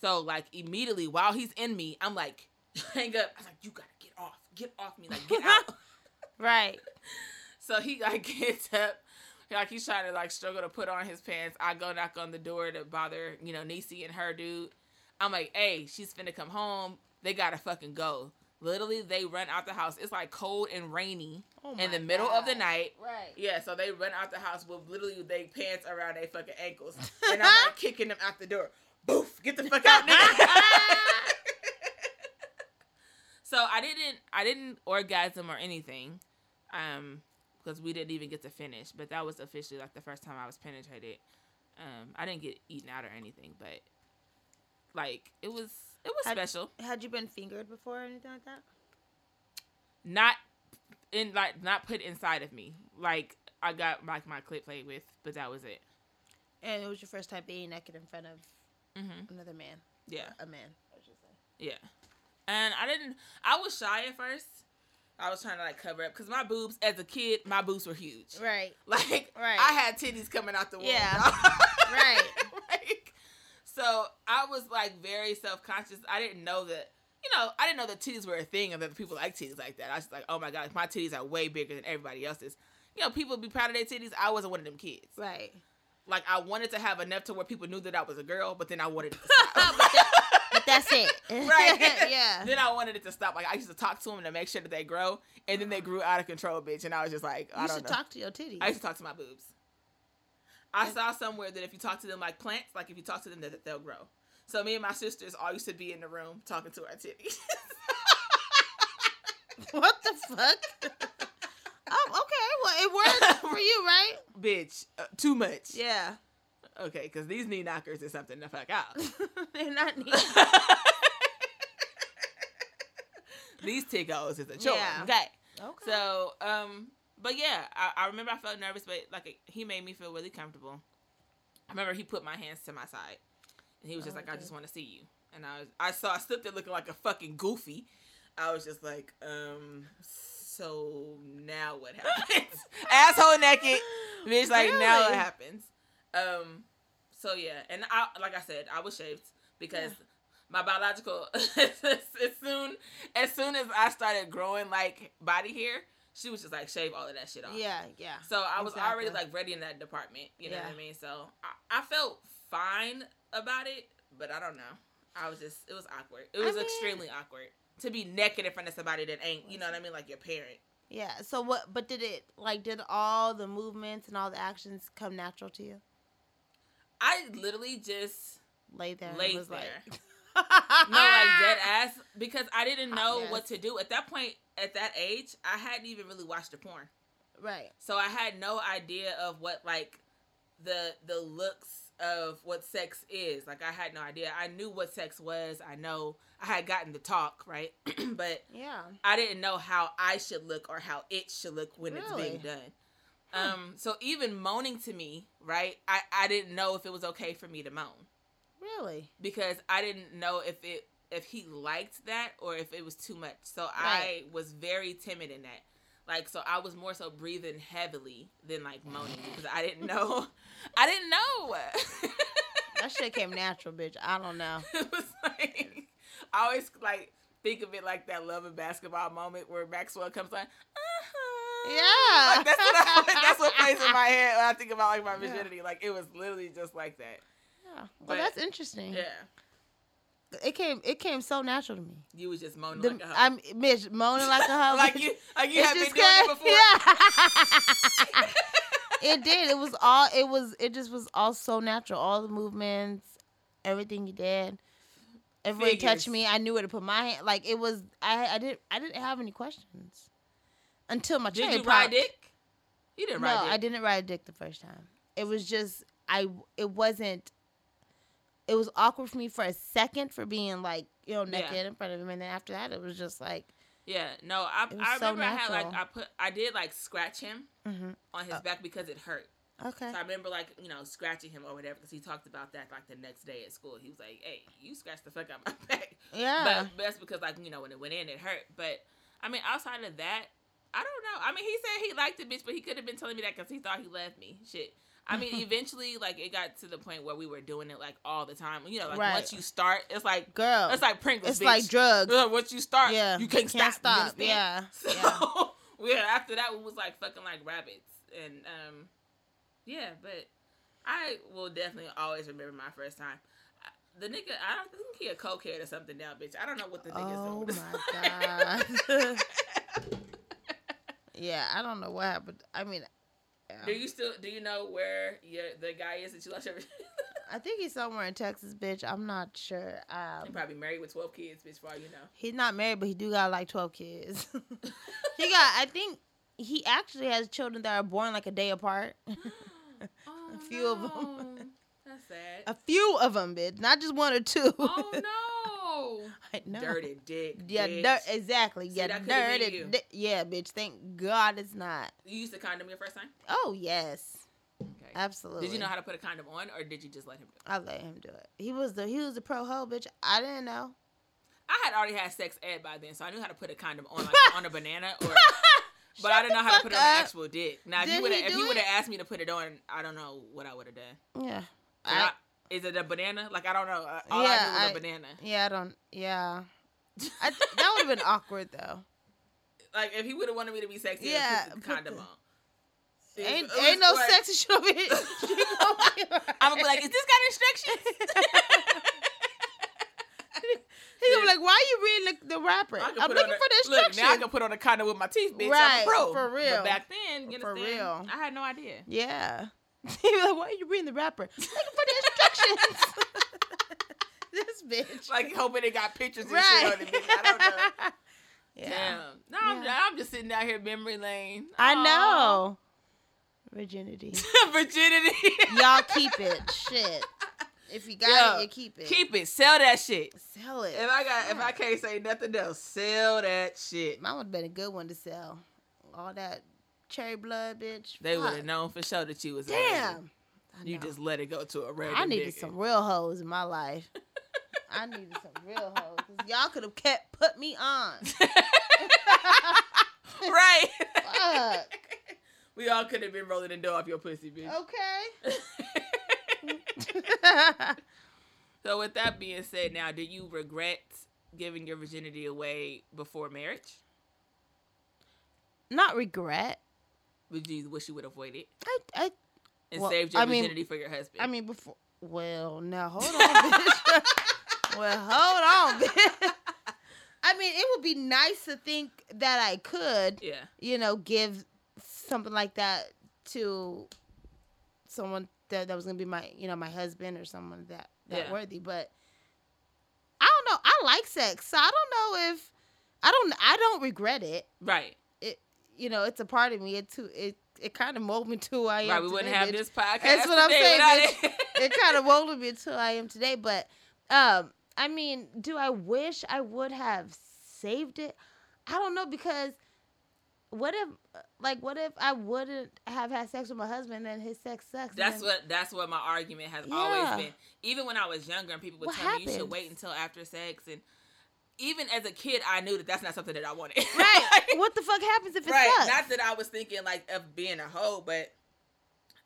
Speaker 1: So, like, immediately while he's in me, I'm like, hang up. I'm like, you got to get off. Get off me. Like, get out.
Speaker 2: Right.
Speaker 1: So he like gets up, like he's trying to like struggle to put on his pants. I go knock on the door to bother, you know, Niecy and her dude. I'm like, hey, she's finna come home. They gotta fucking go. Literally, they run out the house. It's like cold and rainy
Speaker 2: Oh
Speaker 1: in the
Speaker 2: my
Speaker 1: middle of the
Speaker 2: God.
Speaker 1: night.
Speaker 2: Right.
Speaker 1: Yeah, so they run out the house with literally they pants around their fucking ankles, and I'm like kicking them out the door. Boof, get the fuck out, nigga. so I didn't, I didn't orgasm or anything, um, because we didn't even get to finish. But that was officially like the first time I was penetrated. Um, I didn't get eaten out or anything, but like it was, it was
Speaker 2: Had-
Speaker 1: special.
Speaker 2: Had you been fingered before or anything like that?
Speaker 1: Not in like not put inside of me. Like I got like my clip played with, but that was it.
Speaker 2: And it was your first time being naked in front of
Speaker 1: hmm
Speaker 2: another man.
Speaker 1: Yeah.
Speaker 2: A man. I should say.
Speaker 1: Yeah. And I didn't I was shy at first. I was trying to like cover up because my boobs as a kid, my boobs were huge.
Speaker 2: Right.
Speaker 1: Like
Speaker 2: Right.
Speaker 1: I had titties coming out the womb.
Speaker 2: Yeah.
Speaker 1: dog.
Speaker 2: Right.
Speaker 1: like, so I was like very self conscious. I didn't know that. You know, I didn't know that titties were a thing and that people like titties like that. I was just like, oh my god, my titties are way bigger than everybody else's. You know, people be proud of their titties. I wasn't one of them kids.
Speaker 2: Right.
Speaker 1: Like I wanted to have enough to where people knew that I was a girl, but then I wanted it to
Speaker 2: but,
Speaker 1: stop.
Speaker 2: that, but that's it.
Speaker 1: Right.
Speaker 2: yeah.
Speaker 1: Then I wanted it to stop. Like I used to talk to them to make sure that they grow, and then they grew out of control, bitch. And I was just like, I
Speaker 2: you
Speaker 1: don't
Speaker 2: should
Speaker 1: know.
Speaker 2: talk to your titties.
Speaker 1: I used to talk to my boobs. I
Speaker 2: And-
Speaker 1: saw somewhere that if you talk to them like plants, like if you talk to them, that that they'll grow. So me and my sisters all used to be in the room talking to our titties.
Speaker 2: what the fuck? oh, okay. Well, it worked for you, right?
Speaker 1: Bitch, uh, too much.
Speaker 2: Yeah.
Speaker 1: Okay, because these knee knockers is something to fuck out.
Speaker 2: They're not neat.
Speaker 1: these tickles is a chore.
Speaker 2: Yeah.
Speaker 1: Okay.
Speaker 2: Okay.
Speaker 1: So, um, but yeah, I, I remember I felt nervous, but like he made me feel really comfortable. I remember he put my hands to my side, and he was just
Speaker 2: Oh,
Speaker 1: like, "I
Speaker 2: good.
Speaker 1: just want to see you." And I was, I saw, I stood there looking like a fucking goofy. I was just like, um, so now what happens? Asshole naked, bitch. Like now what
Speaker 2: Really?
Speaker 1: happens? Um, so yeah, and I, like I said, I was shaved because my biological as soon as soon as I started growing like body hair, she was just like shave all of that shit off.
Speaker 2: Yeah, yeah.
Speaker 1: So I was already
Speaker 2: Exactly.
Speaker 1: like ready in that department. You know what
Speaker 2: Yeah.
Speaker 1: I mean? So I, I felt fine about it, but I don't know. I was just it was awkward. It
Speaker 2: I
Speaker 1: was
Speaker 2: mean-
Speaker 1: extremely awkward to be naked in front of somebody that ain't you know what I mean like your parent.
Speaker 2: Yeah. So what? But did it like? Did all the movements and all the actions come natural to you?
Speaker 1: I literally just
Speaker 2: Lay there. and
Speaker 1: laid
Speaker 2: was
Speaker 1: there.
Speaker 2: Like,
Speaker 1: no,
Speaker 2: Ah!
Speaker 1: like dead ass because I didn't
Speaker 2: Hot
Speaker 1: know
Speaker 2: mess.
Speaker 1: what to do at that point. At that age, I hadn't even really watched the porn.
Speaker 2: Right.
Speaker 1: So I had no idea of what like the the looks of what sex is. Like I had no idea. I knew what sex was. I know I had gotten the talk, right? but
Speaker 2: Yeah.
Speaker 1: I didn't know how I should look or how it should look when it's
Speaker 2: Really?
Speaker 1: being done.
Speaker 2: Huh.
Speaker 1: Um so even moaning to me, right? I I didn't know if it was okay for me to moan
Speaker 2: Really.
Speaker 1: because I didn't know if it if he liked that or if it was too much. So I was very timid in that. Like so I was more so breathing heavily than like moaning because I didn't know I didn't know.
Speaker 2: That shit came natural, bitch. I don't know.
Speaker 1: it was like I always like think of it like that love and basketball moment where Maxwell comes on. "Uh-huh."
Speaker 2: Yeah.
Speaker 1: Like, that's what I, that's what plays in my head when I think about like my virginity. Like it was literally just like that.
Speaker 2: Yeah. Well,
Speaker 1: But-
Speaker 2: that's interesting.
Speaker 1: Yeah.
Speaker 2: It came. It came so natural to me.
Speaker 1: You was just moaning
Speaker 2: The,
Speaker 1: like a hoe.
Speaker 2: I'm bitch moaning like a hoe.
Speaker 1: like
Speaker 2: bitch.
Speaker 1: you like you
Speaker 2: It's
Speaker 1: have been
Speaker 2: just
Speaker 1: doing it
Speaker 2: good.
Speaker 1: before.
Speaker 2: Yeah. it did. It was all. It was. It just was all so natural. All the movements, everything you did. Everybody touched
Speaker 1: Figures.
Speaker 2: me. I knew where to put my hand. Like it was. I. I didn't. I didn't have any questions until my
Speaker 1: Did
Speaker 2: cherry
Speaker 1: you ride
Speaker 2: popped.
Speaker 1: dick? You didn't
Speaker 2: No,
Speaker 1: ride dick.
Speaker 2: I didn't ride a dick the first time. It was just I. It wasn't. It was awkward for me for a second for being like you know
Speaker 1: Yeah.
Speaker 2: naked in front of him, and then after that it was just like
Speaker 1: Yeah, no, I,
Speaker 2: It was
Speaker 1: I
Speaker 2: so
Speaker 1: remember I had like
Speaker 2: natural.
Speaker 1: I put I did like scratch him
Speaker 2: mhm.
Speaker 1: on his
Speaker 2: Oh.
Speaker 1: back because it hurt.
Speaker 2: okay,
Speaker 1: So I remember like you know scratching him or whatever because he talked about that like the next day at school. He was like, "Hey, you scratched the fuck out my back,"
Speaker 2: yeah,
Speaker 1: but that's because like you know when it went in it hurt. But I mean outside of that, I don't know. I mean he said he liked the bitch, but he could have been telling me that because he thought he loved me. Shit. I mean, eventually, like it got to the point where we were doing it like all the time. You know, like
Speaker 2: Right.
Speaker 1: once you start, it's like
Speaker 2: girl.
Speaker 1: it's like Pringles.
Speaker 2: It's
Speaker 1: bitch.
Speaker 2: like drugs.
Speaker 1: Yeah, once you start,
Speaker 2: Yeah,
Speaker 1: you can't,
Speaker 2: Can't
Speaker 1: stop.
Speaker 2: stop.
Speaker 1: You understand?
Speaker 2: Yeah.
Speaker 1: So
Speaker 2: yeah.
Speaker 1: yeah, after that we was like fucking like rabbits, and um, yeah, but I will definitely always remember my first time. I- The nigga, I don't think he a cokehead or something now, bitch. I don't know what the nigga's
Speaker 2: Oh
Speaker 1: doing.
Speaker 2: my god. yeah, I don't know what happened. I mean, yeah.
Speaker 1: Do you still do you know where your, the guy is that you lost your?
Speaker 2: I think he's somewhere in Texas, bitch. I'm not sure.
Speaker 1: he
Speaker 2: Um,
Speaker 1: probably married with twelve kids, bitch. For all you know,
Speaker 2: he's not married, but he do got like 12 kids. he got. I think he actually has children that are born like a day apart.
Speaker 1: oh,
Speaker 2: A few of 'em.
Speaker 1: no. That's sad.
Speaker 2: A few of them, bitch. Not just one or two.
Speaker 1: oh no.
Speaker 2: I know.
Speaker 1: Dirty dick.
Speaker 2: Yeah,
Speaker 1: bitch.
Speaker 2: dirt. Exactly.
Speaker 1: See,
Speaker 2: yeah,
Speaker 1: that coulda been
Speaker 2: dirty.
Speaker 1: you.
Speaker 2: di- yeah, bitch. Thank God it's not.
Speaker 1: You used the condom your first time?
Speaker 2: Oh yes, Uh,
Speaker 1: Okay.
Speaker 2: absolutely.
Speaker 1: Did you know how to put a condom on, or did you just let him do it?
Speaker 2: I let him do it. He was the he was the pro hoe bitch. I didn't know.
Speaker 1: I had already had sex ed by then, so I knew how to put a condom on like, on a banana, or but I didn't know how to put it on an
Speaker 2: up.
Speaker 1: actual dick. Now, if
Speaker 2: Did
Speaker 1: you would
Speaker 2: he
Speaker 1: have if
Speaker 2: do
Speaker 1: you
Speaker 2: it?
Speaker 1: would have asked me to put it on, I don't know what I would have done.
Speaker 2: Yeah.
Speaker 1: But
Speaker 2: I,
Speaker 1: I- is it a banana? Like I don't know. Uh, All I
Speaker 2: Yeah,
Speaker 1: knew was a
Speaker 2: I-
Speaker 1: banana.
Speaker 2: yeah, I don't. Yeah. I, that would have been awkward though.
Speaker 1: Like if he would have wanted me to be sexy, yeah,
Speaker 2: Yeah,
Speaker 1: put the
Speaker 2: put
Speaker 1: condom
Speaker 2: the-
Speaker 1: on. It
Speaker 2: Ain't,
Speaker 1: was- it
Speaker 2: ain't no
Speaker 1: was like-
Speaker 2: sexy shit over here.
Speaker 1: I'm gonna be like, is this got instructions?
Speaker 2: He's gonna be like, why are you reading the, the rapper?
Speaker 1: I can
Speaker 2: I'm
Speaker 1: put
Speaker 2: looking
Speaker 1: on a-
Speaker 2: for the
Speaker 1: Look,
Speaker 2: instructions.
Speaker 1: now I can put on a condom with my teeth, bitch. I'm
Speaker 2: Right,
Speaker 1: a pro.
Speaker 2: for real.
Speaker 1: But back then, you
Speaker 2: For
Speaker 1: understand?
Speaker 2: real.
Speaker 1: I had no idea.
Speaker 2: Yeah. He'd be like, why are you reading the rapper? Looking for the instructions. this bitch.
Speaker 1: Like hoping it got pictures and shit
Speaker 2: right.
Speaker 1: on it. Bitch. I don't know.
Speaker 2: yeah.
Speaker 1: Damn. No, I'm,
Speaker 2: Yeah.
Speaker 1: I'm just sitting out here memory lane.
Speaker 2: I
Speaker 1: Aw.
Speaker 2: know. Virginity.
Speaker 1: Virginity.
Speaker 2: Y'all keep it. Shit. If you got
Speaker 1: Yo,
Speaker 2: it, you keep it.
Speaker 1: Keep it. Sell that shit.
Speaker 2: Sell it.
Speaker 1: If I got, if I can't say nothing else, sell that shit.
Speaker 2: Mine would have been a good one to sell. All that cherry blood, bitch.
Speaker 1: They
Speaker 2: Fuck.
Speaker 1: would have known for sure that you was. a virgin.
Speaker 2: Damn. I
Speaker 1: You
Speaker 2: know.
Speaker 1: just let it go to a random.
Speaker 2: I needed
Speaker 1: nigga.
Speaker 2: some real hoes in my life. I needed some real hoes. 'cause y'all could have kept put me on.
Speaker 1: right.
Speaker 2: Fuck.
Speaker 1: We all could have been rolling the dough off your pussy, bitch.
Speaker 2: Okay.
Speaker 1: so with that being said, now do you regret giving your virginity away before marriage?
Speaker 2: Not regret.
Speaker 1: Would you wish you would avoid it
Speaker 2: I, I,
Speaker 1: and
Speaker 2: Well,
Speaker 1: saved your
Speaker 2: I mean-
Speaker 1: virginity for your husband?
Speaker 2: I mean, before. Well, now hold on, bitch. well, hold on, bitch. I mean, it would be nice to think that I could,
Speaker 1: yeah,
Speaker 2: you know, give something like that to someone that, that was gonna be my, you know, my husband or someone that that
Speaker 1: Yeah.
Speaker 2: worthy. But I don't know. I like sex, so I don't know if I don't. I don't regret it.
Speaker 1: right.
Speaker 2: It, you know, it's a part of me. It too. It it kind of molded me to who I am.
Speaker 1: Right. We wouldn't
Speaker 2: today,
Speaker 1: have
Speaker 2: bitch.
Speaker 1: this podcast.
Speaker 2: That's what I'm
Speaker 1: today
Speaker 2: saying,
Speaker 1: without it.
Speaker 2: it kind of molded me to who I am today. But um, I mean, do I wish I would have saved it? I don't know because what if, like, what if I wouldn't have had sex with my husband and his sex sucks?
Speaker 1: That's
Speaker 2: and then-
Speaker 1: what that's what my argument has
Speaker 2: Yeah.
Speaker 1: always been. Even when I was younger and people would
Speaker 2: What
Speaker 1: tell me you should
Speaker 2: happens?
Speaker 1: wait until after sex and even as a kid I knew that that's not something that I wanted.
Speaker 2: Right. what the fuck happens if it
Speaker 1: right.
Speaker 2: sucks?
Speaker 1: Not that I was thinking like of being a hoe, but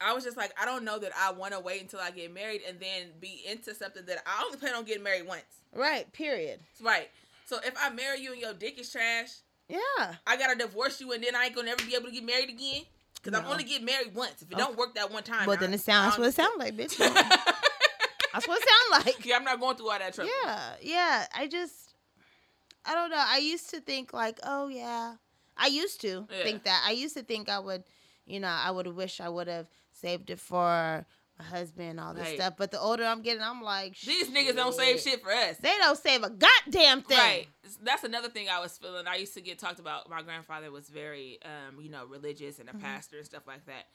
Speaker 1: I was just like I don't know that I want to wait until I get married and then be into something that I only plan on getting married once.
Speaker 2: right. Period.
Speaker 1: Right. So if I marry you and your dick is trash,
Speaker 2: Yeah.
Speaker 1: I gotta divorce you and then I ain't gonna never be able to get married again. Cause I'm
Speaker 2: No.
Speaker 1: only get married once. If it
Speaker 2: Okay.
Speaker 1: don't work that one time,
Speaker 2: But then
Speaker 1: I-
Speaker 2: it sounds. That's
Speaker 1: I
Speaker 2: what it
Speaker 1: don't-
Speaker 2: sounds like, bitch. That's what it sounds like.
Speaker 1: yeah, I'm not going through all that trouble.
Speaker 2: Yeah, yeah. I just, I don't know. I used to think like, oh yeah. I used to
Speaker 1: Yeah.
Speaker 2: think that. I used to think I would, you know, I would wish I would have saved it for my husband, all this
Speaker 1: Right.
Speaker 2: stuff. But the older I'm getting, I'm like,
Speaker 1: These niggas don't save shit for us.
Speaker 2: They don't save a goddamn thing.
Speaker 1: Right. That's another thing I was feeling. I used to get talked about. My grandfather was very, um, you know, religious and a
Speaker 2: Mhm.
Speaker 1: pastor and stuff like that.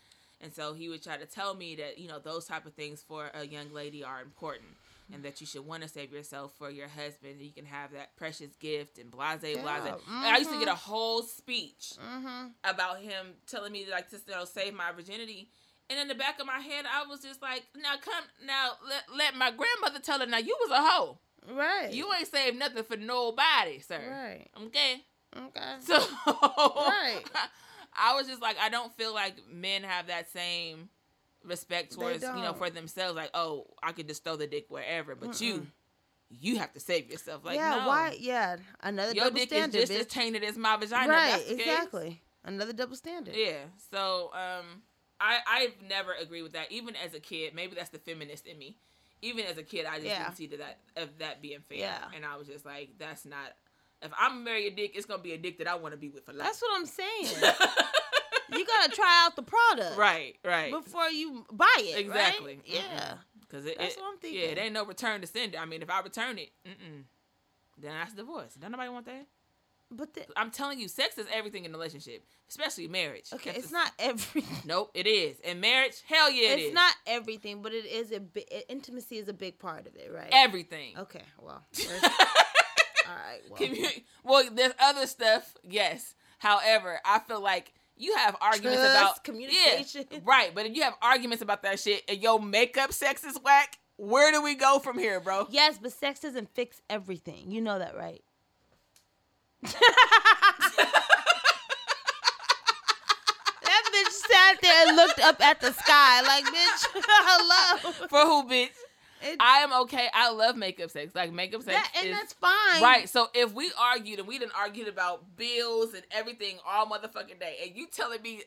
Speaker 1: And so he would try to tell me that, you know, those type of things for a young lady are important and that you should want to save yourself for your husband. You can have that precious gift and blase, blase.
Speaker 2: Yeah,
Speaker 1: And I used to get a
Speaker 2: mhm.
Speaker 1: whole speech
Speaker 2: Mm-hmm.
Speaker 1: about him telling me like to you know, save my virginity. And in the back of my head, I was just like, now come, now let, let my grandmother tell her, now you was a hoe.
Speaker 2: Right.
Speaker 1: You ain't saved nothing for nobody, sir.
Speaker 2: right.
Speaker 1: Okay.
Speaker 2: Okay.
Speaker 1: So
Speaker 2: Right.
Speaker 1: I was just like, I don't feel like men have that same respect
Speaker 2: They
Speaker 1: towards you know
Speaker 2: don't.
Speaker 1: for themselves. Like, oh, I could just throw the dick wherever, but you, you have to save yourself. Like,
Speaker 2: yeah.
Speaker 1: no,
Speaker 2: Why? Yeah. Another
Speaker 1: your
Speaker 2: double
Speaker 1: dick
Speaker 2: standard,
Speaker 1: is just
Speaker 2: bitch.
Speaker 1: as tainted as my vagina.
Speaker 2: right.
Speaker 1: That's okay.
Speaker 2: Exactly. Another double standard.
Speaker 1: Yeah. So um, I I've never agreed with that. Even as a kid, maybe that's the feminist in me. Even as a kid, I just
Speaker 2: Yeah.
Speaker 1: didn't see that of that being fair.
Speaker 2: Yeah.
Speaker 1: And I was just like, that's not. If I'm marry a dick, it's gonna be a dick that I want to be with for life.
Speaker 2: That's what I'm saying. you gotta try out the product.
Speaker 1: right. Right.
Speaker 2: before you buy it. right?
Speaker 1: Exactly. Mhm.
Speaker 2: Yeah.
Speaker 1: Because it,
Speaker 2: That's
Speaker 1: it-
Speaker 2: what I'm
Speaker 1: yeah,
Speaker 2: thinking.
Speaker 1: it ain't no return to sender. I mean, if I return it, mm-mm, then that's divorce. Don't nobody want that.
Speaker 2: But the,
Speaker 1: I'm telling you, sex is everything in a relationship, especially marriage.
Speaker 2: okay,
Speaker 1: That's
Speaker 2: it's
Speaker 1: just-
Speaker 2: not everything.
Speaker 1: Nope, it is. And marriage, hell yeah, it
Speaker 2: it's
Speaker 1: is.
Speaker 2: not everything, but it is a bi- i- intimacy is a big part of it, right?
Speaker 1: everything.
Speaker 2: okay. Well. there's- all right. Well.
Speaker 1: Commu- well, there's other stuff, yes. However, I feel like you have arguments
Speaker 2: Trust,
Speaker 1: about
Speaker 2: communication.
Speaker 1: Yeah, right, but if you have arguments about that shit and your makeup sex is whack, where do we go from here, bro?
Speaker 2: Yes, but sex doesn't fix everything. You know that, right? that bitch sat there and looked up at the sky like, bitch, hello.
Speaker 1: For who, bitch?
Speaker 2: It,
Speaker 1: I am okay. I love makeup sex. Like makeup sex
Speaker 2: that, and
Speaker 1: is
Speaker 2: that's fine.
Speaker 1: right. So if we argued and we didn't argued about bills and everything all motherfucking day, and you telling me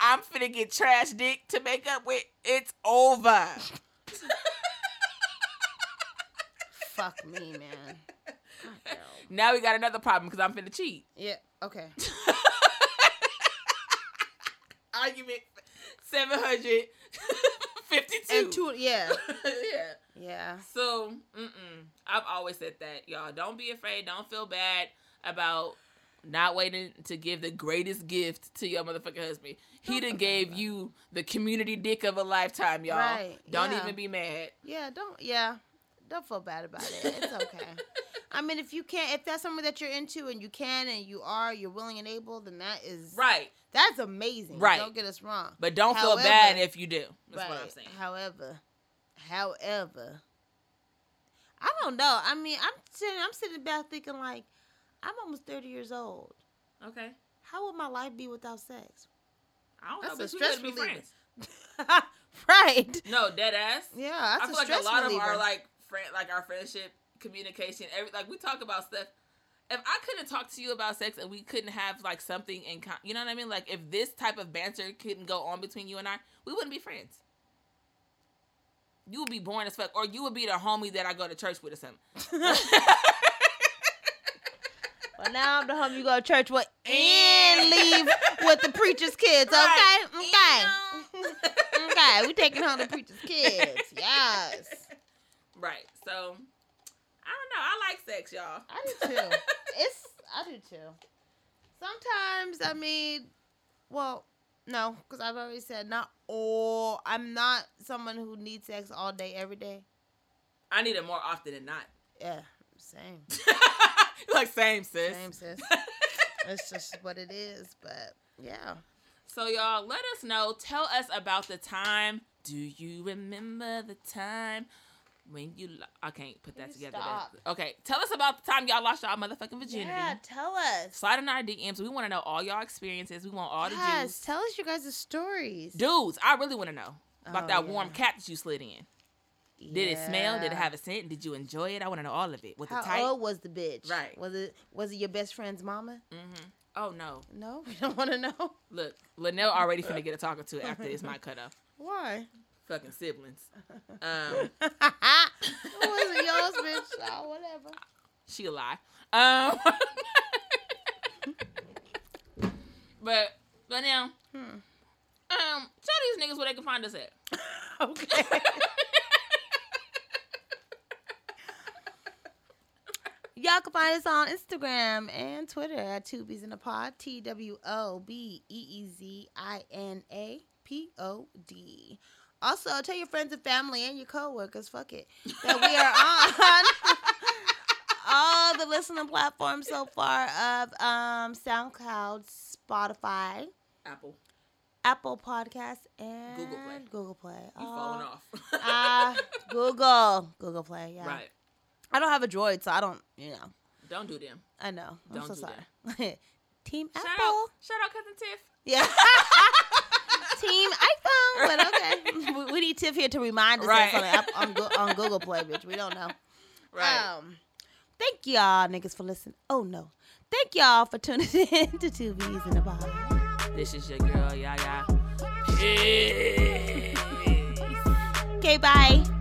Speaker 1: I'm finna get trash dick to make up with, it's over.
Speaker 2: Fuck me, man. God, no.
Speaker 1: Now we got another problem because I'm finna cheat.
Speaker 2: Yeah, okay.
Speaker 1: Argument seven hundred fifty-two.
Speaker 2: And two, yeah.
Speaker 1: yeah.
Speaker 2: Yeah.
Speaker 1: So, mm-mm. I've always said that, y'all. Don't be afraid. Don't feel bad about not waiting to give the greatest gift to your motherfucking husband. He
Speaker 2: Don't
Speaker 1: done
Speaker 2: feel
Speaker 1: gave
Speaker 2: bad.
Speaker 1: you the community dick of a lifetime, y'all.
Speaker 2: Right,
Speaker 1: Don't
Speaker 2: yeah.
Speaker 1: even be mad.
Speaker 2: Yeah, don't yeah. Don't feel bad about it. It's okay. I mean, if you can't, if that's something that you're into and you can and you are, you're willing and able, then that is
Speaker 1: Right.
Speaker 2: That's amazing.
Speaker 1: Right.
Speaker 2: Don't get us wrong.
Speaker 1: But don't feel bad
Speaker 2: However-
Speaker 1: if you do. That's what I'm
Speaker 2: Right.
Speaker 1: saying.
Speaker 2: However, however, I don't know. I mean, I'm sitting, I'm sitting back thinking like, I'm almost 30 years old.
Speaker 1: Okay.
Speaker 2: How would my life be without sex?
Speaker 1: I don't
Speaker 2: That's
Speaker 1: know,
Speaker 2: a
Speaker 1: bitch. We
Speaker 2: stress
Speaker 1: could be
Speaker 2: reliever.
Speaker 1: friends.
Speaker 2: right.
Speaker 1: No, dead ass.
Speaker 2: Yeah, that's
Speaker 1: I
Speaker 2: a
Speaker 1: feel like
Speaker 2: stress
Speaker 1: a lot
Speaker 2: reliever.
Speaker 1: of our like friend, like our friendship communication, every like we talk about stuff. If I couldn't talk to you about sex and we couldn't have like something in com- you know what I mean? Like if this type of banter couldn't go on between you and I, we wouldn't be friends. You would be boring as fuck, or you would be the homie that I go to church with or something.
Speaker 2: well, now I'm the homie you go to church with and leave with the preacher's kids. Okay,
Speaker 1: Right.
Speaker 2: okay, okay. We taking home the preacher's kids. Yes,
Speaker 1: Right. So I don't know. I like sex, y'all.
Speaker 2: I do too. It's I do too. Sometimes I mean, well, no, because I've already said not all. I'm not someone who needs sex all day every day.
Speaker 1: I need it more often than not.
Speaker 2: Yeah, same,
Speaker 1: like same sis.
Speaker 2: same sis. it's just what it is, but yeah.
Speaker 1: So y'all, let us know. Tell us about the time. Do you remember the time when you? Lo- I can't put that
Speaker 2: You
Speaker 1: together.
Speaker 2: stop.
Speaker 1: That- Okay, tell us about the time y'all lost y'all motherfucking virginity.
Speaker 2: Yeah, tell us.
Speaker 1: Slide in our DMs. We want to know all y'all experiences. We want all the
Speaker 2: Yes,
Speaker 1: juice.
Speaker 2: tell us your guys' stories.
Speaker 1: Dudes, I really want to know about
Speaker 2: Oh,
Speaker 1: that
Speaker 2: yeah.
Speaker 1: warm cap that you slid in. Did it smell? Did it
Speaker 2: Yeah.
Speaker 1: have a scent? Did you enjoy it? I want to know all of it. With
Speaker 2: How
Speaker 1: the type.
Speaker 2: old was the bitch?
Speaker 1: Right.
Speaker 2: Was it was it your best friend's mama?
Speaker 1: Mm-hmm. Oh no!
Speaker 2: No, we don't want to know.
Speaker 1: Look, Linnell already finna get a talking to after this mic cut off.
Speaker 2: Why?
Speaker 1: Fucking siblings. Um,
Speaker 2: it wasn't yours, bitch. Oh, whatever.
Speaker 1: She a lie. Um, but but now, um,
Speaker 2: Hmm.
Speaker 1: tell these niggas where they can find us at.
Speaker 2: Okay. Y'all can find us on Instagram and Twitter at Two B's in a Pod. T W O B E E Z I N A P O D. Also, tell your friends and family and your coworkers, fuck it, that we are on all the listening platforms so far of um, SoundCloud, Spotify,
Speaker 1: Apple,
Speaker 2: Apple Podcasts, and
Speaker 1: Google Play.
Speaker 2: Google Play.
Speaker 1: you
Speaker 2: All-
Speaker 1: falling off.
Speaker 2: Ah, Google, Google Play. Yeah,
Speaker 1: Right.
Speaker 2: I don't have a Droid, so I don't. You know,
Speaker 1: Don't do them.
Speaker 2: I know. I'm
Speaker 1: Don't
Speaker 2: so
Speaker 1: do
Speaker 2: sorry. Team Apple.
Speaker 1: Shout out, shout out, cousin Tiff.
Speaker 2: Yeah. Team iPhone, but okay. We, we need Tiff here to remind us
Speaker 1: Right.
Speaker 2: that's on, the app, on, Go- on Google Play, bitch. We don't know.
Speaker 1: Right.
Speaker 2: Um, thank y'all niggas for listening. Oh no, thank y'all for tuning in to Two B's in a Bottle.
Speaker 1: This is your girl, Yaya. Peace.
Speaker 2: Okay, bye.